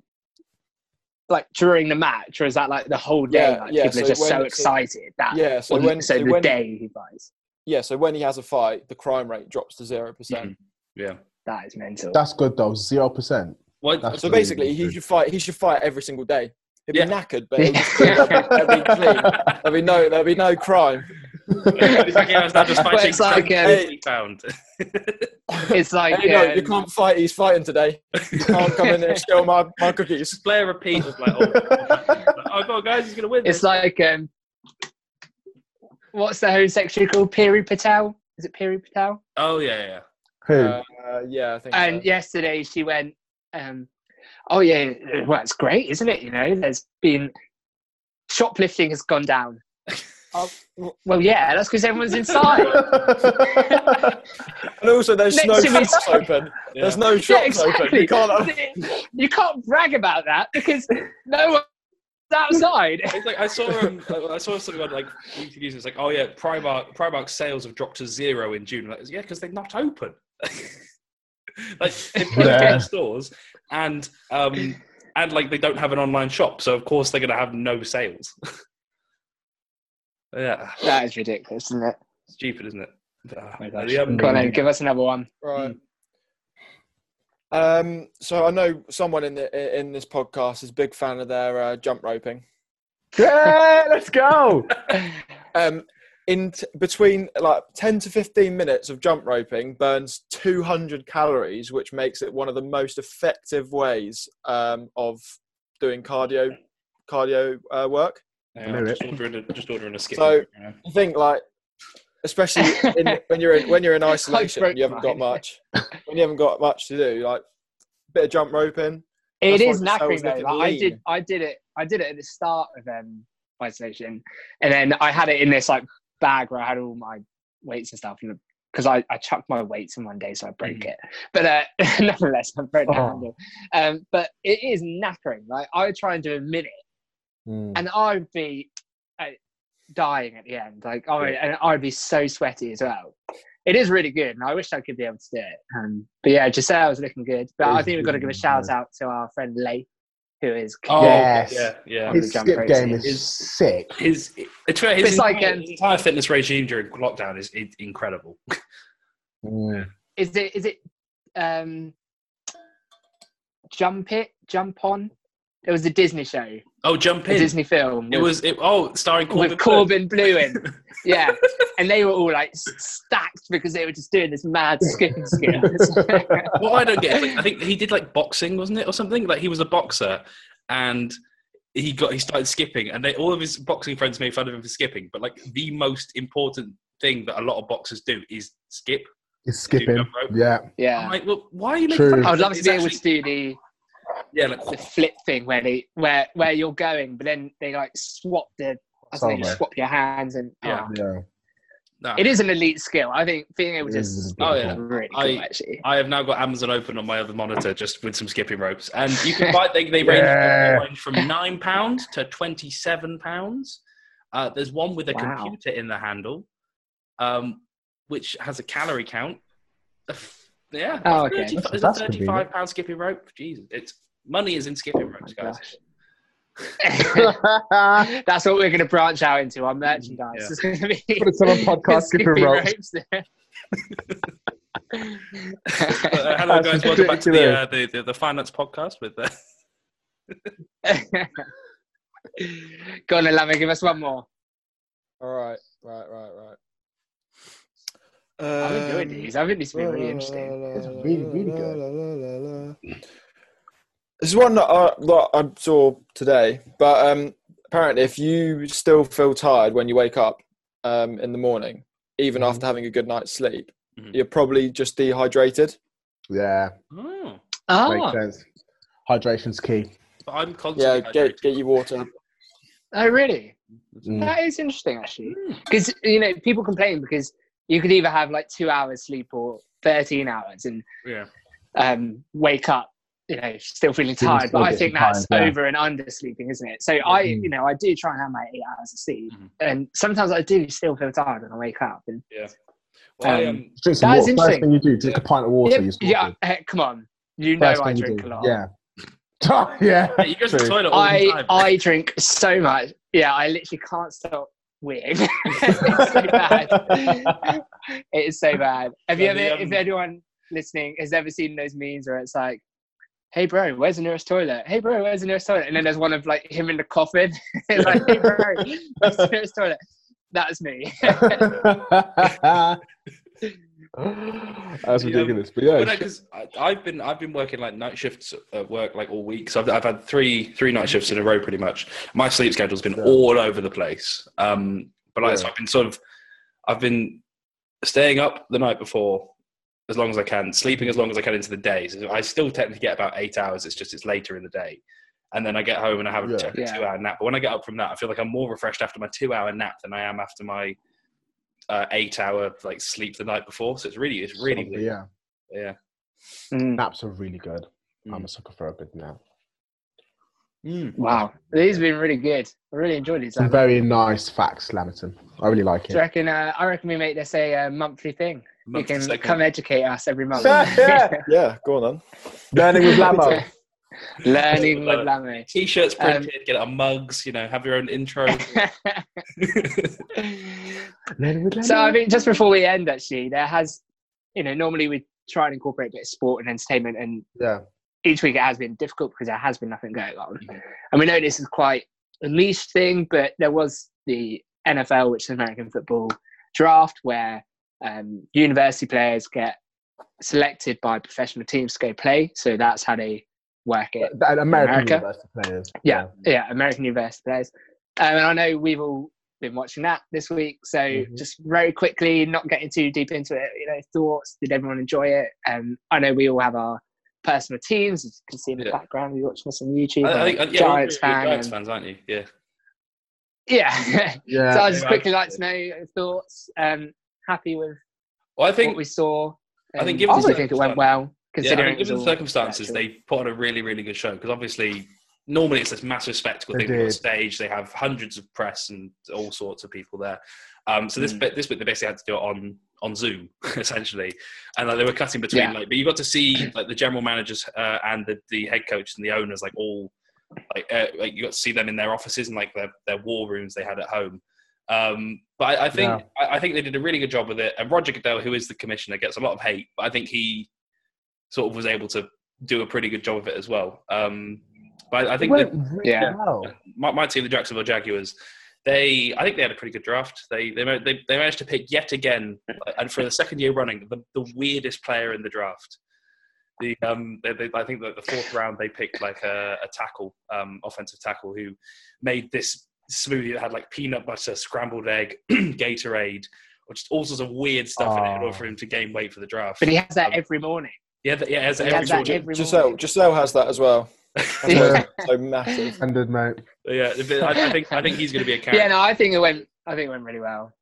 Speaker 4: like during the match, or is that like the whole day?
Speaker 2: Yeah,
Speaker 4: like
Speaker 2: yeah,
Speaker 4: people
Speaker 2: so
Speaker 4: are just
Speaker 2: when-
Speaker 4: so
Speaker 2: so-
Speaker 4: excited that
Speaker 2: yeah, so
Speaker 4: or the-
Speaker 2: when
Speaker 4: so
Speaker 2: so
Speaker 4: the
Speaker 2: when,
Speaker 4: day he fights.
Speaker 2: yeah, so when he has a fight, the crime rate drops to 0%.
Speaker 3: Mhm. Yeah.
Speaker 4: That is mental.
Speaker 5: That's good though. Zero
Speaker 2: *laughs*
Speaker 5: percent.
Speaker 3: What, *laughs*
Speaker 5: That's
Speaker 2: So
Speaker 5: really
Speaker 2: basically, he
Speaker 5: good.
Speaker 2: should fight he should fight every single day. He'd be
Speaker 3: Yeah.
Speaker 2: knackered, but
Speaker 4: *laughs*
Speaker 2: he'll just-
Speaker 4: Yeah.
Speaker 2: there'll be clean. There'll be no there'll be no crime.
Speaker 3: Pacquiao's now just
Speaker 4: But
Speaker 3: fighting
Speaker 4: it's like, um,
Speaker 3: 70 pound.
Speaker 4: It's
Speaker 2: *laughs*
Speaker 4: like
Speaker 2: Hey, no, you
Speaker 4: um,
Speaker 2: can't fight. He's fighting today. You can't come in there and steal my, my cookies.
Speaker 3: Just play a repeat of
Speaker 4: *laughs*
Speaker 3: like, oh, oh God, guys, he's going to win
Speaker 4: It's
Speaker 3: this.
Speaker 4: like um, what's the home secretary called? Piri Patel. Is it Piri Patel?
Speaker 3: oh, yeah, yeah.
Speaker 5: *laughs* Who?
Speaker 2: Uh, *laughs* yeah, I think.
Speaker 4: And
Speaker 2: so.
Speaker 4: yesterday she went, um, "Oh yeah, well it's great, isn't it? You know, there's been shoplifting has gone down." *laughs* oh, w- well, yeah, that's because *laughs* everyone's inside.
Speaker 2: *laughs* And also, there's
Speaker 4: Next
Speaker 2: no
Speaker 4: to his-
Speaker 2: shops open.
Speaker 3: Yeah.
Speaker 2: There's no shops
Speaker 4: yeah,
Speaker 2: open.
Speaker 4: exactly.
Speaker 2: You can't.
Speaker 4: *laughs* You can't brag about that because no one's outside.
Speaker 3: It's like I saw um, I saw something on like YouTube news. It's like, oh yeah, Primark Primark sales have dropped to zero in June. Like, yeah, because they're not open. *laughs* like they closed
Speaker 5: Yeah.
Speaker 3: their stores, and um, and like they don't have an online shop, so of course they're going to have no sales. *laughs* yeah,
Speaker 4: That is ridiculous, isn't it?
Speaker 3: stupid, isn't it? Ah,
Speaker 4: My
Speaker 3: yeah,
Speaker 4: gosh.
Speaker 3: the, um,
Speaker 4: Go on, then, give us another one. *laughs*
Speaker 2: Right. Um, so I know someone in the in this podcast is a big fan of their uh, jump roping.
Speaker 5: yeah, let's go.
Speaker 2: Um, in t- between like 10 to 15 minutes of jump roping burns 200 calories, which makes it one of the most effective ways um, of doing cardio cardio uh, work.
Speaker 3: hang on, just ordering a, just ordering a skip.
Speaker 2: So-
Speaker 3: Yeah.
Speaker 2: you think like especially
Speaker 4: *laughs*
Speaker 2: in, when you're in when you're in isolation
Speaker 4: broke
Speaker 2: you haven't got
Speaker 4: mine.
Speaker 2: much when you haven't got much to do like bit of jump roping
Speaker 4: It
Speaker 2: That's
Speaker 4: is
Speaker 2: why the
Speaker 4: knackering
Speaker 2: cells
Speaker 4: though.
Speaker 2: look at
Speaker 4: Like, I did,
Speaker 2: lean.
Speaker 4: I did it, I did it at the start of um, isolation, and then I had it in this like bag where I had all my weights and stuff, because I, I chucked my weights in one day, so I broke
Speaker 2: Mm.
Speaker 4: it. But uh, *laughs* nevertheless, I broke the
Speaker 5: Oh.
Speaker 4: handle. Um, but it is knackering. Like I would try and do a minute, and I'd be uh, dying at the end. Like I would, and I'd be so sweaty as well. It is really good, and I wish I could be able to do it. Um, but yeah, Giselle was looking good. But
Speaker 5: It
Speaker 4: I
Speaker 5: is
Speaker 4: think we've got to give a
Speaker 5: really
Speaker 4: shout
Speaker 5: good.
Speaker 4: out to our friend Leigh, who is.
Speaker 3: Oh,
Speaker 5: Yes.
Speaker 3: yeah,
Speaker 5: *laughs*
Speaker 3: yeah.
Speaker 5: His
Speaker 4: Jump
Speaker 5: skip
Speaker 4: rates
Speaker 5: game is,
Speaker 3: is-
Speaker 5: sick.
Speaker 3: His, it's fair, his,
Speaker 4: It's like,
Speaker 3: entire,
Speaker 4: um,
Speaker 3: his entire fitness regime during lockdown is in- incredible.
Speaker 4: Is it is it um, jump it jump on? It was a Disney show,
Speaker 3: Oh, jump
Speaker 4: a
Speaker 3: in!
Speaker 4: Disney film.
Speaker 3: It
Speaker 4: with-
Speaker 3: was it, oh, starring Corbin.
Speaker 4: with
Speaker 3: Bleu.
Speaker 4: Corbin Blue in. Yeah, and they were all like s- stacked because they were just doing this mad skip and skip.
Speaker 3: what I don't get, is, like, I think he did like boxing, wasn't it, or something? Like he was a boxer, and he got he started skipping, and they all of his boxing friends made fun of him for skipping. But like the most important thing that a lot of boxers do is skip.
Speaker 5: It's
Speaker 3: Dude,
Speaker 5: skipping.
Speaker 3: jump rope.
Speaker 5: Yeah.
Speaker 3: I'm
Speaker 4: *laughs* yeah,
Speaker 3: like, well, why are you making
Speaker 5: True.
Speaker 3: fun of
Speaker 4: I would
Speaker 3: him?
Speaker 4: love to
Speaker 3: It's
Speaker 4: be able
Speaker 3: actually-
Speaker 4: to do the,
Speaker 3: Yeah, like *laughs*
Speaker 4: the flip thing where they where where you're going, but then they like swap the. I think they
Speaker 5: Somewhere.
Speaker 4: swap your hands and
Speaker 3: Yeah.
Speaker 4: oh.
Speaker 5: Yeah.
Speaker 3: nah.
Speaker 4: it is an elite skill. I think being able
Speaker 5: It
Speaker 4: to
Speaker 5: is
Speaker 4: s-
Speaker 5: really
Speaker 3: Oh, yeah.
Speaker 5: cool.
Speaker 4: really cool,
Speaker 3: I-
Speaker 4: actually. *laughs*
Speaker 3: I have now got Amazon open on my other monitor, just with some skipping ropes, and you can buy. They, they, range,
Speaker 5: Yeah.
Speaker 3: they range from nine pounds to twenty-seven pounds. Uh, there's one with a
Speaker 4: Wow.
Speaker 3: computer in the handle, um, which has a calorie count. Yeah,
Speaker 4: Oh, okay.
Speaker 3: 30
Speaker 5: That's-
Speaker 3: is
Speaker 5: that's
Speaker 3: a thirty-five pound skipping rope. Jesus, it's money is in
Speaker 4: Oh
Speaker 3: skipping ropes, guys. *laughs*
Speaker 4: That's what we're going to branch out into our merchandise.
Speaker 3: Yeah.
Speaker 4: It's going to be
Speaker 5: Put it
Speaker 4: *laughs*
Speaker 5: on podcast, skipping
Speaker 3: *laughs* But, uh, hello,
Speaker 5: That's
Speaker 3: guys. Welcome back to the,
Speaker 5: ridiculous.
Speaker 3: uh, the, the the finance podcast with uh,
Speaker 4: ropes. *laughs* Go on, Alama, give us one more.
Speaker 2: All right, right, right, right. Um,
Speaker 4: I'm enjoying these. I think this will be really
Speaker 2: uh,
Speaker 4: interesting.
Speaker 5: It's really, really good.
Speaker 2: good. This is one that I, that I saw today, but um, apparently, if you still feel tired when you wake up um, in the morning, even
Speaker 5: Mhm.
Speaker 2: after having a good night's sleep,
Speaker 5: Mm-hmm.
Speaker 3: Mhm.
Speaker 2: you're probably just dehydrated.
Speaker 5: Yeah,
Speaker 3: Oh,
Speaker 5: makes
Speaker 4: Oh,
Speaker 5: sense. Hydration's key.
Speaker 3: but I'm
Speaker 2: Yeah,
Speaker 3: constantly
Speaker 2: get get your
Speaker 5: *laughs*
Speaker 2: water.
Speaker 4: oh, really?
Speaker 5: Mm.
Speaker 4: That is interesting, actually.
Speaker 5: Hmm.
Speaker 4: Because, you know, people complain because you could either have like two hours sleep or 13 hours and
Speaker 3: Yeah.
Speaker 4: um, wake up, you know, still feeling
Speaker 5: Feeling
Speaker 4: tired.
Speaker 5: still
Speaker 4: But
Speaker 5: a
Speaker 4: I
Speaker 5: bit
Speaker 4: think that's
Speaker 5: tired, yeah.
Speaker 4: over and under sleeping, isn't it? So I,
Speaker 5: Mm.
Speaker 4: you know, I do try and have my eight hours of sleep.
Speaker 5: Hmm.
Speaker 3: Mhm.
Speaker 4: And sometimes I do still feel tired when I wake up. And
Speaker 3: Well, I,
Speaker 4: Um,
Speaker 3: um,
Speaker 5: Drink some
Speaker 4: That
Speaker 5: water.
Speaker 4: is
Speaker 5: First
Speaker 4: interesting.
Speaker 5: thing you do, drink a pint of water.
Speaker 4: yeah,
Speaker 5: you
Speaker 4: yeah
Speaker 5: sorted.
Speaker 4: eh, come on. You know
Speaker 5: First
Speaker 4: I
Speaker 5: thing you
Speaker 4: drink a
Speaker 5: do.
Speaker 4: lot.
Speaker 5: Yeah. *laughs*
Speaker 4: *laughs*
Speaker 5: yeah.
Speaker 3: hey, you go to the
Speaker 5: True.
Speaker 3: toilet all the
Speaker 4: I
Speaker 3: time.
Speaker 4: I drink so much. Yeah, I literally can't stop weeing. *laughs* it's so bad. It is so bad. Have you
Speaker 3: Yeah,
Speaker 4: ever?
Speaker 3: the, um,
Speaker 4: if anyone listening has ever seen those memes where it's like, "Hey bro, where's the nearest toilet? Hey bro, where's the nearest toilet?" And then there's one of like him in the coffin, *laughs* like, "Hey bro, where's the nearest toilet?" That was me.
Speaker 5: That's
Speaker 3: Yeah,
Speaker 5: ridiculous. But
Speaker 3: Well,
Speaker 5: yeah,
Speaker 3: no, 'cause I- I've been I've been working like night shifts at work like all week. So I've, I've had three three night shifts in a row pretty much. My sleep schedule's been
Speaker 5: Yeah.
Speaker 3: all over the place. Um, but like, so
Speaker 5: Yeah.
Speaker 3: I've been sort of I've been staying up the night before as long as I can, sleeping as long as I can into the day. So I still technically get about eight hours. It's just it's later in the day. And then I get home and I have
Speaker 5: Yeah.
Speaker 3: a
Speaker 4: Yeah.
Speaker 3: two hour nap. But when I get up from that, I feel like I'm more refreshed after my two hour nap than I am after my uh, eight hour like sleep the night before. So it's really it's really
Speaker 5: But
Speaker 3: weird.
Speaker 5: yeah.
Speaker 3: yeah.
Speaker 4: Mm,
Speaker 5: Naps are really good. I'm
Speaker 3: Mm.
Speaker 5: a sucker for a good nap.
Speaker 4: wow, these have been really good. I really enjoyed these.
Speaker 5: Some
Speaker 4: Simon.
Speaker 5: very nice facts, Lamerton. I really like
Speaker 4: Do you
Speaker 5: it.
Speaker 4: reckon? Uh, I reckon we make this a uh, monthly thing. You
Speaker 3: Month
Speaker 4: can
Speaker 3: second.
Speaker 4: come educate us every
Speaker 5: *laughs*
Speaker 4: month.
Speaker 5: Yeah.
Speaker 2: Yeah, go on then.
Speaker 5: Learning with Lamo.
Speaker 4: *laughs* Learning with Lamy.
Speaker 3: T-shirts
Speaker 4: Um,
Speaker 3: printed, get it on mugs. You know, have your own
Speaker 4: *laughs*
Speaker 3: intro.
Speaker 5: Learning with Lamo.
Speaker 4: so I mean, just before we end, actually, there has, you know, normally we try and incorporate a bit of sport and entertainment, and
Speaker 5: yeah.
Speaker 4: each week it has been difficult because there has been nothing going on.
Speaker 3: Mhm.
Speaker 4: And we know this is quite a niche thing, but there was the NFL, which is American football draft, where um, university players get selected by professional teams to go play. So that's how they work it.
Speaker 5: Th- American
Speaker 4: America?
Speaker 5: University players.
Speaker 4: Yeah, yeah, American University players. Um, and I know we've all been watching that this week, so
Speaker 3: Mm-hmm.
Speaker 5: Mhm.
Speaker 4: just very quickly, not getting too deep into it, you know, thoughts. Did everyone enjoy it? Um, I know we all have our personal teams. As you can see in the
Speaker 3: Yeah.
Speaker 4: background, you're watching us on YouTube.
Speaker 3: I, I
Speaker 4: I'm
Speaker 3: think,
Speaker 4: a
Speaker 3: yeah, we're
Speaker 4: Giants
Speaker 3: all
Speaker 4: fan.
Speaker 3: Giants
Speaker 4: and-
Speaker 3: fans, aren't you? Yeah.
Speaker 4: Yeah. *laughs*
Speaker 5: Yeah.
Speaker 4: so I
Speaker 3: yeah,
Speaker 4: just
Speaker 3: I-
Speaker 4: quickly like to know your thoughts. Um, happy with
Speaker 3: Well, I
Speaker 4: what
Speaker 3: think
Speaker 4: we saw.
Speaker 3: I think
Speaker 4: and
Speaker 3: given
Speaker 4: did
Speaker 5: the
Speaker 4: you think it
Speaker 3: circumstances-
Speaker 4: went well,
Speaker 3: yeah, I
Speaker 4: considering
Speaker 3: mean,
Speaker 4: it was
Speaker 3: given the
Speaker 4: all
Speaker 3: circumstances,
Speaker 4: virtual.
Speaker 3: they put on a really, really good show because obviously. Normally, it's this massive spectacle
Speaker 5: They
Speaker 3: thing on
Speaker 5: did.
Speaker 3: stage. They have hundreds of press and all sorts of people there. Um, so this
Speaker 4: Mm.
Speaker 3: bit, this bit, they basically had to do it on on Zoom *laughs* essentially, and like, they were cutting between.
Speaker 4: Yeah.
Speaker 3: Like, but you got to see like the general managers uh, and the, the head coach and the owners like all like, uh, like you got to see them in their offices and like their, their war rooms they had at home. Um, but I, I think I, I think they did a really good job with it. And Roger Goodell, who is the commissioner, gets a lot of hate, but I think he sort of was able to do a pretty good job of it as well. Um, but I, I
Speaker 5: It
Speaker 3: think
Speaker 5: went
Speaker 3: that
Speaker 5: really
Speaker 4: Yeah.
Speaker 5: well.
Speaker 3: my, my team, the Jacksonville Jaguars, they I think they had a pretty good draft. They they ma- they, they managed to pick yet again, like, and for the second year running, the, the weirdest player in the draft. The um, they, they, I think that the fourth round they picked like a, a tackle, um, offensive tackle who made this smoothie that had like peanut butter, scrambled egg, *clears throat* Gatorade, or just all sorts of weird stuff in it in order for him to gain weight for the draft.
Speaker 4: But he has that
Speaker 3: Um,
Speaker 4: every morning.
Speaker 3: yeah, th- yeah, as
Speaker 4: He
Speaker 3: every
Speaker 4: has that
Speaker 3: Georgia-
Speaker 4: every
Speaker 2: Giselle,
Speaker 4: morning.
Speaker 2: Giselle has that as
Speaker 5: *laughs*
Speaker 2: well. That's why
Speaker 4: Yeah.
Speaker 2: it's *laughs* so massive.
Speaker 5: Standard, mate.
Speaker 3: yeah. but I, I think I think he's going to be a
Speaker 4: *laughs* Yeah,
Speaker 3: character.
Speaker 4: no, I think it went. I think it went really well.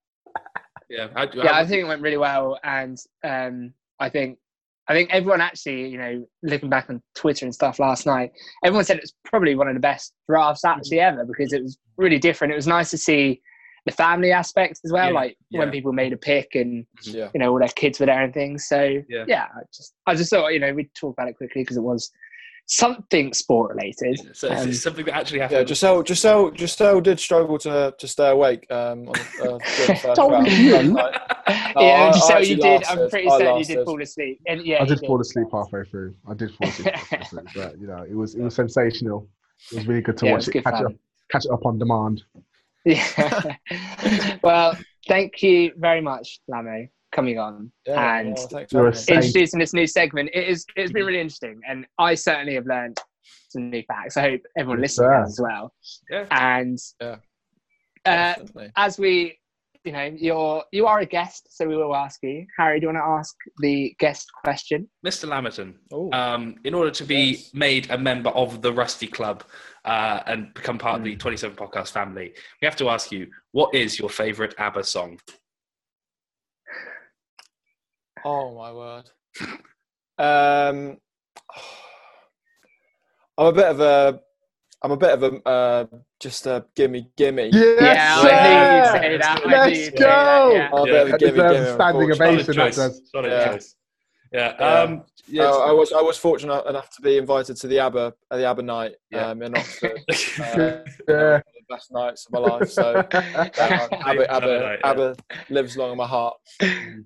Speaker 3: Yeah, I,
Speaker 4: yeah, I think it went really well, and um, I think I think everyone actually, you know, looking back on Twitter and stuff last night, everyone said it was probably one of the best drafts
Speaker 2: Mm-hmm.
Speaker 4: actually ever because it was really different. It was nice to see the family aspect as well,
Speaker 3: Yeah,
Speaker 4: like when
Speaker 3: yeah.
Speaker 4: people made a pick and
Speaker 5: Mm-hmm.
Speaker 2: Yeah.
Speaker 4: you know all their kids were there and things. So yeah,
Speaker 3: Yeah.
Speaker 4: I just I just thought you know we'd talk about it quickly because it was something sport related.
Speaker 3: So it's,
Speaker 4: Um,
Speaker 3: it's something that actually happened.
Speaker 2: Yeah, Giselle, Giselle, Giselle did struggle to to stay awake. Um,
Speaker 5: *laughs*
Speaker 2: on the, uh, during the first
Speaker 5: Don't
Speaker 2: round.
Speaker 5: you
Speaker 2: *laughs* Like,
Speaker 4: *laughs*
Speaker 2: No, I-
Speaker 4: yeah,
Speaker 2: I
Speaker 4: so you
Speaker 2: actually
Speaker 4: did.
Speaker 2: laughed
Speaker 4: I'm
Speaker 2: at-
Speaker 4: pretty
Speaker 2: I
Speaker 4: certain you
Speaker 2: laughed
Speaker 4: did
Speaker 2: at-
Speaker 4: fall asleep. And yeah,
Speaker 5: I
Speaker 4: you
Speaker 5: did
Speaker 4: did.
Speaker 5: fall asleep halfway through. I did fall asleep halfway through, but you know, it was it was sensational. It was really good to
Speaker 4: Yeah, it
Speaker 5: watch
Speaker 4: was
Speaker 5: it.
Speaker 4: good
Speaker 5: catch
Speaker 4: fun.
Speaker 5: up, catch it up on demand.
Speaker 4: *laughs* Yeah. well, thank you very much, Lamo, coming on
Speaker 2: Yeah,
Speaker 4: And-
Speaker 2: well, thanks for
Speaker 5: You're a
Speaker 2: having me.
Speaker 5: Thank-
Speaker 4: introducing this new segment. It is it's been really interesting, and I certainly have learned some new facts. I hope everyone
Speaker 5: Yes,
Speaker 4: listening
Speaker 5: sir.
Speaker 4: has as well.
Speaker 3: Yeah.
Speaker 4: And
Speaker 2: Yeah.
Speaker 4: uh,
Speaker 2: Definitely.
Speaker 4: as we, you know, you're you are a guest, so we will ask you, Harry. Do you want to ask the guest question?
Speaker 3: Mr. Lamerton,
Speaker 2: Ooh.
Speaker 3: um, in order to be
Speaker 2: Yes.
Speaker 3: made a member of the Rusty Club uh, and become part of the 27 Podcast family, we have to ask you, what is your favourite ABBA song?
Speaker 2: Oh my word. Um, *sighs* I'm a bit of a, I'm a bit of a, uh, just a gimme gimme.
Speaker 4: Yeah, I knew you'd say that. I knew
Speaker 5: Let's
Speaker 4: you'd say
Speaker 5: go.
Speaker 4: that. Yeah.
Speaker 2: I'm
Speaker 3: Yeah,
Speaker 2: a bit of a
Speaker 5: that
Speaker 2: gimme
Speaker 5: deserves
Speaker 2: gimme.
Speaker 5: standing
Speaker 2: unfortunately.
Speaker 5: ovation.
Speaker 3: Solid
Speaker 5: Mason,
Speaker 3: choice.
Speaker 5: that does-
Speaker 3: Solid
Speaker 2: Yeah.
Speaker 3: choice. Yeah.
Speaker 2: Yeah.
Speaker 3: Um, *laughs* yeah,
Speaker 2: Uh, I was I was fortunate enough to be invited to the ABBA uh, the ABBA night
Speaker 3: Yeah.
Speaker 2: um, in Oxford.
Speaker 3: it's-
Speaker 2: Uh, one of the best nights of my
Speaker 5: *laughs*
Speaker 2: life. So
Speaker 4: *laughs*
Speaker 2: uh, ABBA, ABBA,
Speaker 3: Yeah.
Speaker 2: ABBA lives long in my heart.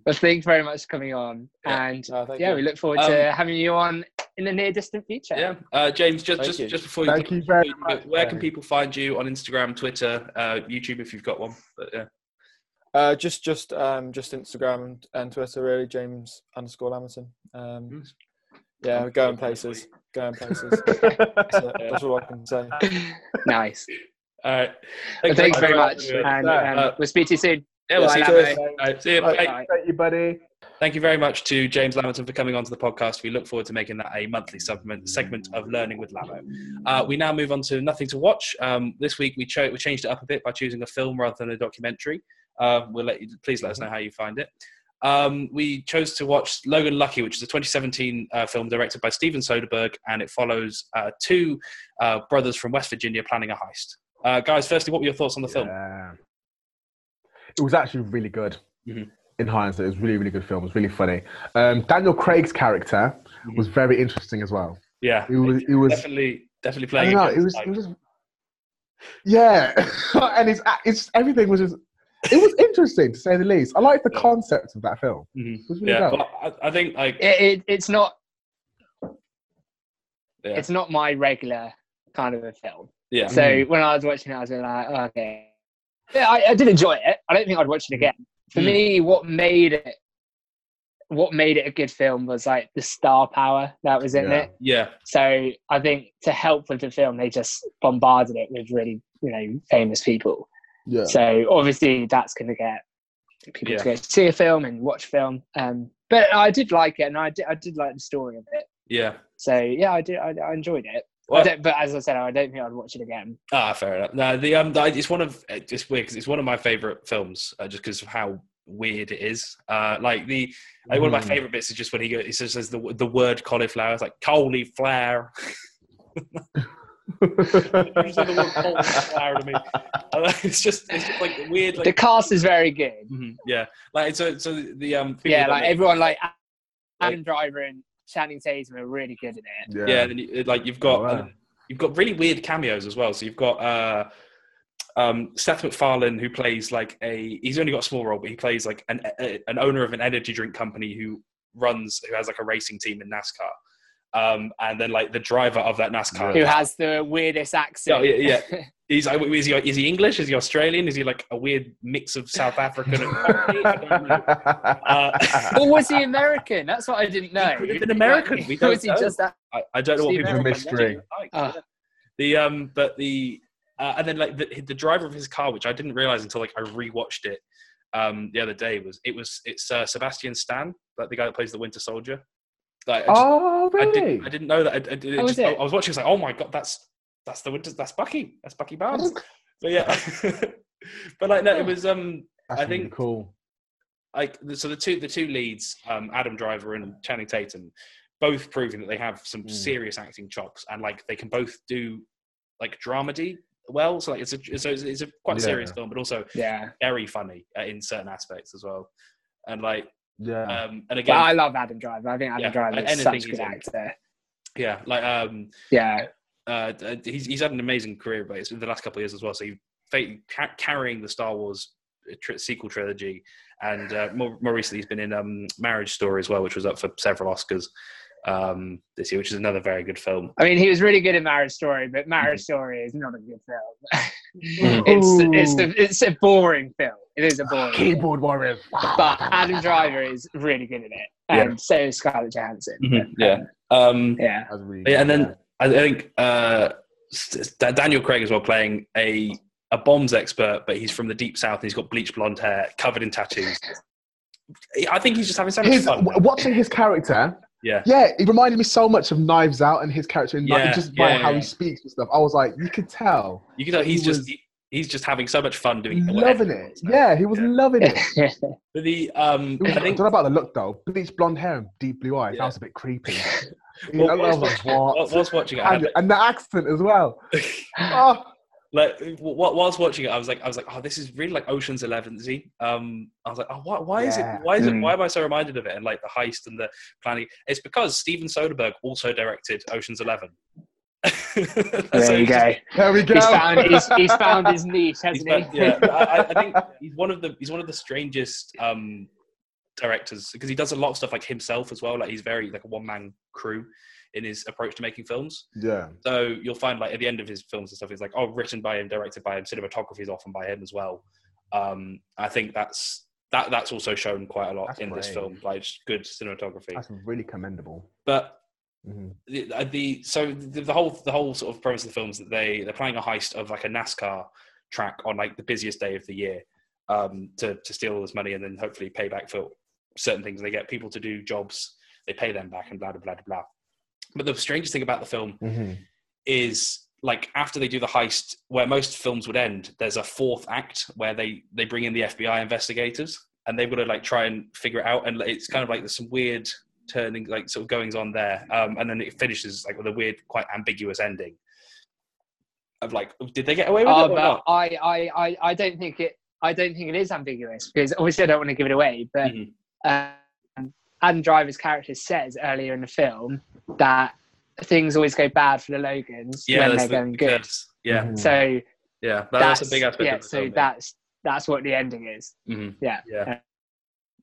Speaker 4: But thanks very much for coming on,
Speaker 3: Yeah.
Speaker 4: and
Speaker 2: Uh, thank
Speaker 4: yeah,
Speaker 2: you.
Speaker 4: we look forward to having you on in the near distant future.
Speaker 3: Um, yeah. Uh, James, just
Speaker 2: Thank
Speaker 3: just,
Speaker 2: you.
Speaker 3: just before you,
Speaker 5: Thank you very much.
Speaker 3: where can people find you on Instagram, Twitter, uh, YouTube if you've got one? But, yeah.
Speaker 2: Uh, just just um, just Instagram and, and Twitter really. James underscore Lamerton. Um,
Speaker 3: Nice.
Speaker 2: yeah, we're going places. Going
Speaker 5: *laughs*
Speaker 2: places. That's it. That's all I can say.
Speaker 4: *laughs* nice.
Speaker 3: All right.
Speaker 4: Well, Thanks very
Speaker 3: everyone.
Speaker 4: much, and
Speaker 5: Yeah.
Speaker 4: um, we'll speak to you soon.
Speaker 3: Yeah, we'll
Speaker 4: Bye,
Speaker 3: see you.
Speaker 4: Lamo.
Speaker 3: soon. Uh, All right, see you.
Speaker 2: Bye.
Speaker 3: Bye.
Speaker 4: Bye.
Speaker 5: Thank you, buddy.
Speaker 3: Thank you very much to James Lamerton for coming onto the podcast. We look forward to making that a monthly supplement segment of Learning with Lamo. Uh, we now move on to Nothing to Watch. Um, this week we, cho- we changed it up a bit by choosing a film rather than a documentary. Uh, we'll let you, please let us know how you find it. Um, we chose to watch Logan Lucky, which is a 2017 uh, film directed by Steven Soderbergh, and it follows uh, two uh, brothers from West Virginia planning a heist. Uh, guys, firstly, what were your thoughts on the film?
Speaker 5: Yeah. It was actually really good.
Speaker 3: Mhm.
Speaker 5: In hindsight, it was a really, really good film. It was really funny. Um, Daniel Craig's character
Speaker 3: Mhm.
Speaker 5: was very interesting as well.
Speaker 3: Yeah,
Speaker 5: It was, it was,
Speaker 3: definitely, definitely
Speaker 5: I
Speaker 3: playing.
Speaker 5: don't know,
Speaker 3: against
Speaker 5: it was,
Speaker 3: type.
Speaker 5: it was, yeah. *laughs* and it's, it's everything was just, it was interesting to say the least. I liked the
Speaker 3: Yeah.
Speaker 5: concept of that film.
Speaker 3: Mhm.
Speaker 5: It was really
Speaker 3: Yeah,
Speaker 5: dope.
Speaker 3: but I, I think like
Speaker 4: It, it, it's not
Speaker 3: yeah,
Speaker 4: it's not my regular kind of a film.
Speaker 3: yeah.
Speaker 4: So when I was watching it, I was like, oh, okay. Yeah, I, I did enjoy it. I don't think I'd watch it again. For
Speaker 3: Mm.
Speaker 4: me, what made it what made it a good film was like the star power that was in
Speaker 5: Yeah.
Speaker 4: it.
Speaker 3: yeah.
Speaker 4: So I think to help with the film, they just bombarded it with really you know famous people.
Speaker 5: yeah.
Speaker 4: So obviously that's going to get people
Speaker 3: Yeah.
Speaker 4: to go see a film and watch film. Um, but I did like it, and I did I did like the story of it.
Speaker 3: Yeah.
Speaker 4: So yeah, I did I, I enjoyed it. I
Speaker 3: Well,
Speaker 4: don't- but as I said, I don't think I'd watch it again.
Speaker 3: ah, fair enough. No, the um, I- it's one of it's weird 'cause it's one of my favorite films, uh, just because of how weird it is. Uh, like the like, one of my
Speaker 4: Hmm.
Speaker 5: Mm.
Speaker 3: favorite bits is just when he goes, he just says the the word cauliflower. It's like cauliflower. You said the word cauliflower
Speaker 4: *laughs*
Speaker 3: to me. Uh, *laughs* it's just it's just like weird.
Speaker 4: the
Speaker 3: Like,
Speaker 4: cast is very good.
Speaker 3: Mhm, yeah, like so so the um people
Speaker 4: Yeah,
Speaker 3: that
Speaker 4: like
Speaker 3: make-
Speaker 4: everyone, like Adam Driver and Channing Tatum are really good in it.
Speaker 5: yeah.
Speaker 3: yeah, then you, like you've got um,
Speaker 5: Oh, wow.
Speaker 3: you've got really weird cameos as well. So you've got uh, um, Seth MacFarlane who plays like a he's only got a small role, but he plays like an a, an owner of an energy drink company who runs who has like a racing team in NASCAR, um, and then like the driver of that NASCAR.
Speaker 5: Yeah.
Speaker 4: Who has the weirdest accent?
Speaker 3: Oh, yeah,
Speaker 4: *laughs*
Speaker 3: He's like, is he is he English? Is he Australian? Is he like a weird mix of South
Speaker 5: *laughs*
Speaker 3: African? and I don't know. Uh, *laughs*
Speaker 4: or was he American? That's what I didn't know.
Speaker 3: could have been American,
Speaker 4: Like,
Speaker 3: we don't
Speaker 4: was he
Speaker 3: know.
Speaker 4: just that?
Speaker 3: I, I don't know what
Speaker 4: See,
Speaker 3: people
Speaker 4: that's
Speaker 5: a
Speaker 3: think about that.
Speaker 5: mystery.
Speaker 3: Like,
Speaker 4: Ah.
Speaker 3: yeah. The um, but the uh, and then like the, the driver of his car, which I didn't realize until like I rewatched it um the other day, was it was it's uh, Sebastian Stan, like the guy that plays the Winter Soldier. Like, I, just-
Speaker 5: oh,
Speaker 3: I
Speaker 5: really?
Speaker 3: didn't I didn't know that. I, I, did- it
Speaker 4: Oh, is
Speaker 3: just- I-
Speaker 4: it?
Speaker 3: I was watching, it's like, oh my god, that's that's the Winter, that's Bucky, that's Bucky Barnes. but yeah, *laughs* but like no, it was um
Speaker 5: That's
Speaker 3: I
Speaker 5: really
Speaker 3: think-
Speaker 5: cool.
Speaker 3: like the- so the two the two leads um adam driver and channing tatum both proving that they have some
Speaker 5: Mm.
Speaker 3: serious acting chops and like they can both do like dramedy well so like it's a so it's, it's a quite a serious
Speaker 5: Yeah.
Speaker 3: film but also
Speaker 4: Yeah.
Speaker 3: very funny uh, in certain aspects as well and like
Speaker 5: Yeah.
Speaker 3: um and
Speaker 4: But
Speaker 3: again
Speaker 4: I love Adam Driver. I think Adam
Speaker 3: Yeah,
Speaker 4: Driver
Speaker 3: anything
Speaker 4: is such a
Speaker 3: he's
Speaker 4: good
Speaker 3: in.
Speaker 4: actor.
Speaker 3: yeah like um
Speaker 4: Yeah.
Speaker 3: uh d- he's, he's had an amazing career but it's in the last couple of years as well so he fa- ca- carrying the star wars tri- sequel uh, trilogy and uh, more, more recently he's been in um marriage story as well which was up for several oscars um, this year, which is another very good film.
Speaker 4: I mean, he was really good in Marriage Story, but Marriage Story is not a good
Speaker 3: Mm.
Speaker 4: film. *laughs* it's, it's, a, it's a boring film. It is a
Speaker 3: Uh,
Speaker 4: boring film.
Speaker 5: Keyboard warriors.
Speaker 4: But Adam Driver is really good in it. And so is Scarlett Johansson.
Speaker 3: Mhm, Yeah. Um,
Speaker 4: Yeah. *laughs*
Speaker 5: That's really
Speaker 3: yeah, and
Speaker 5: good,
Speaker 3: then I think uh, s- s- Da- Daniel Craig as well playing a a bombs expert, but he's from the deep south and he's got bleach blonde hair, covered in tattoos. I think he's just having so much
Speaker 5: His,
Speaker 3: fun.
Speaker 5: w- watching his character,
Speaker 3: Yeah.
Speaker 5: yeah, it reminded me so much of Knives Out and his character, in, like,
Speaker 3: Yeah,
Speaker 5: just by
Speaker 3: yeah,
Speaker 5: how
Speaker 3: yeah.
Speaker 5: he speaks and stuff. I was like, you could tell,
Speaker 3: You can tell he's
Speaker 5: He
Speaker 3: just
Speaker 5: was-
Speaker 3: he- he's just having so much fun doing
Speaker 5: loving
Speaker 3: whatever he
Speaker 5: it.
Speaker 3: wants now.
Speaker 5: Yeah, he was
Speaker 3: Yeah.
Speaker 5: loving it.
Speaker 3: But the um,
Speaker 5: It was-
Speaker 3: I
Speaker 5: I
Speaker 3: think
Speaker 5: don't know about the look though. Bleached blonde hair and deep blue eyes.
Speaker 3: Yeah.
Speaker 5: That was a bit
Speaker 3: *laughs*
Speaker 5: creepy.
Speaker 3: Well,
Speaker 5: I
Speaker 3: whilst
Speaker 5: love it.
Speaker 3: watching-
Speaker 5: What?
Speaker 3: whilst- whilst watching it, I had,
Speaker 5: And, and the accent as
Speaker 3: *laughs*
Speaker 5: well. Oh,
Speaker 3: like wh- wh- whilst watching it, I was like, I was like, oh, this is really like Ocean's Eleven. Z. Um, I was like, oh, why, why is it?
Speaker 5: Yeah.
Speaker 3: Why is it?
Speaker 4: Mm.
Speaker 3: Why am I so reminded of it? And like the heist and the planning. It's because Steven Soderbergh also directed Ocean's Eleven. *laughs*
Speaker 4: there you go.
Speaker 5: there we go.
Speaker 4: He's found,
Speaker 5: *laughs*
Speaker 4: he's, he's found his niche,
Speaker 3: He's
Speaker 4: hasn't
Speaker 3: like-
Speaker 4: he?
Speaker 3: yeah, I, I- I think he's one of the he's one of the strangest um, directors because he does a lot of stuff like himself as well. Like he's very like a one man crew in his approach to making films.
Speaker 5: yeah.
Speaker 3: So you'll find like at the end of his films and stuff, it's like oh, written by him, directed by him, cinematography is often by him as well. Um, I think that's that that's also shown quite a lot
Speaker 5: That's
Speaker 3: in this
Speaker 5: brave.
Speaker 3: film, like just good cinematography.
Speaker 5: That's really commendable.
Speaker 3: But
Speaker 5: Mhm.
Speaker 3: the, uh, the so the, the whole the whole sort of premise of the film is that they they're playing a heist of like a NASCAR track on like the busiest day of the year um, to to steal all this money and then hopefully pay back for certain things. They get people to do jobs, they pay them back, and blah blah blah blah. blah. But the strangest thing about the film
Speaker 5: mm-hmm,
Speaker 3: is like after they do the heist where most films would end there's a fourth act where they they bring in the fbi investigators and they've got to like try and figure it out and like, it's kind of like there's some weird turning like sort of goings on there um, and then it finishes like with a weird quite ambiguous ending of like did they get away with
Speaker 4: Oh,
Speaker 3: it or
Speaker 4: but
Speaker 3: not
Speaker 4: I, I, I, I don't think it. I don't think it is ambiguous because obviously I don't want to give it away. But
Speaker 3: Mhm.
Speaker 4: um, Adam Driver's character says earlier in the film that things always go bad for the Logans
Speaker 3: yeah
Speaker 4: when
Speaker 3: that's
Speaker 4: they're
Speaker 3: the,
Speaker 4: going
Speaker 3: the
Speaker 4: good.
Speaker 3: curse. yeah
Speaker 5: Mhm.
Speaker 4: So
Speaker 3: yeah that-
Speaker 4: that's,
Speaker 3: that's, a big aspect
Speaker 4: Yeah,
Speaker 3: of the
Speaker 4: so
Speaker 3: film, yeah.
Speaker 4: that's that's what the ending is.
Speaker 3: Mhm.
Speaker 4: yeah.
Speaker 3: yeah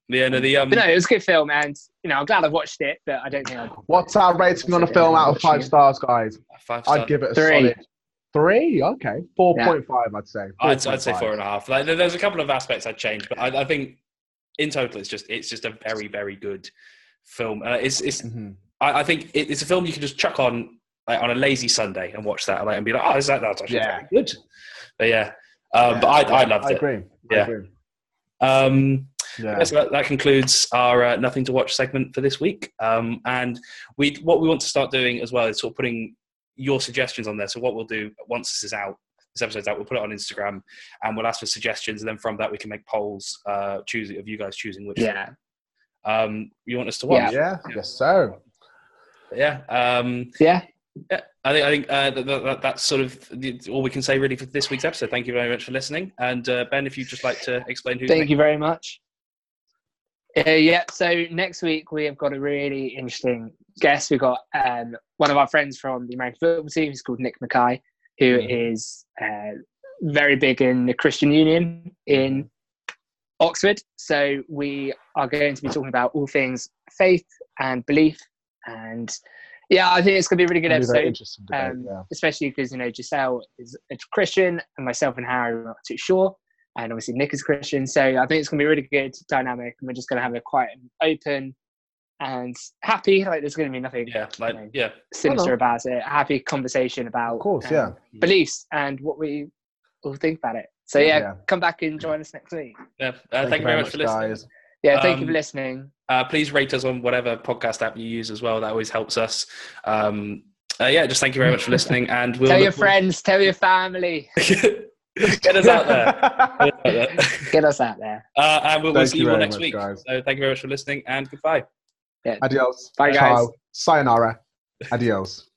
Speaker 3: yeah no the um
Speaker 4: But no, it was a good film, and you know I'm glad I watched it, but I don't think I
Speaker 5: What's our rating on a film out of five stars, guys?
Speaker 3: five star
Speaker 5: I'd give it a
Speaker 4: Three.
Speaker 5: solid three. Okay, four
Speaker 4: Yeah.
Speaker 5: point five. I'd say.
Speaker 3: I'd, I'd say
Speaker 5: 4.5.
Speaker 3: four and a half. Like, there- there's a couple of aspects I'd change, but I, I think in total it's just it's just a very very good film. Uh, it's it's
Speaker 5: Mhm.
Speaker 3: I, I think it, it's a film you can just chuck on like, on a lazy Sunday and watch that like, and be like, oh, is that that's actually
Speaker 5: Yeah.
Speaker 3: very good. But yeah, um, but I I loved
Speaker 5: I
Speaker 3: it.
Speaker 5: agree.
Speaker 3: Yeah.
Speaker 5: I agree.
Speaker 3: Um,
Speaker 5: Yeah.
Speaker 3: yeah, so that, that concludes our uh, nothing to watch segment for this week. Um, and we what we want to start doing as well is sort of putting your suggestions on there. So what we'll do once this is out, this episode's out, we'll put it on Instagram and we'll ask for suggestions, and then from that we can make polls uh, choosing of you guys choosing which
Speaker 4: yeah.
Speaker 3: um, you want us to watch.
Speaker 5: Yeah. Yes, sir.
Speaker 3: Yeah. Um,
Speaker 4: Yeah.
Speaker 3: yeah. I think I think uh, that, that, that, that's sort of the, all we can say really for this week's episode. Thank you very much for listening. And uh, Ben, if you'd just like to explain who
Speaker 4: Thank you very much. Uh, yeah, so next week we have got a really interesting guest. We've got um, one of our friends from the American football team, who's called Nick Mackay, who is uh, very big in the Christian Union in Oxford. So we are going to be talking about all things faith and belief. And yeah, I think it's going to be a really good
Speaker 5: It'll be very
Speaker 4: episode
Speaker 5: interesting debate,
Speaker 4: um,
Speaker 5: yeah.
Speaker 4: especially because you know Giselle is a Christian and myself and Harry are not too sure, and obviously Nick is Christian. So I think it's going to be a really good dynamic, and we're just going to have a quite an open and happy. Like there's going to be nothing
Speaker 3: Yeah. Like yeah.
Speaker 4: sinister
Speaker 5: Hello.
Speaker 4: about it. A happy conversation about
Speaker 5: Of course,
Speaker 4: um,
Speaker 5: yeah.
Speaker 4: beliefs and what we all think about it. So yeah,
Speaker 5: Yeah.
Speaker 4: come back and join us next week.
Speaker 3: Yeah. Uh, thank, you very much for listening.
Speaker 5: guys.
Speaker 4: Yeah, thank you
Speaker 3: Um,
Speaker 4: for listening.
Speaker 3: Uh, please rate us on whatever podcast app you use as well. That always helps us. Um, uh, yeah, just thank you very much
Speaker 5: *laughs*
Speaker 3: for listening, and we'll
Speaker 4: Tell your friends, tell your family,
Speaker 3: *laughs* get us out there.
Speaker 5: *laughs*
Speaker 3: Get us out there.
Speaker 4: get us out there.
Speaker 3: Uh, and we'll, we'll
Speaker 5: Thank
Speaker 3: see
Speaker 5: you
Speaker 3: you all
Speaker 5: very
Speaker 3: next
Speaker 5: much,
Speaker 3: week.
Speaker 5: guys.
Speaker 3: So thank you very much for listening, and goodbye.
Speaker 5: Adios.
Speaker 4: Bye, guys.
Speaker 5: Ciao. Sayonara. Adios.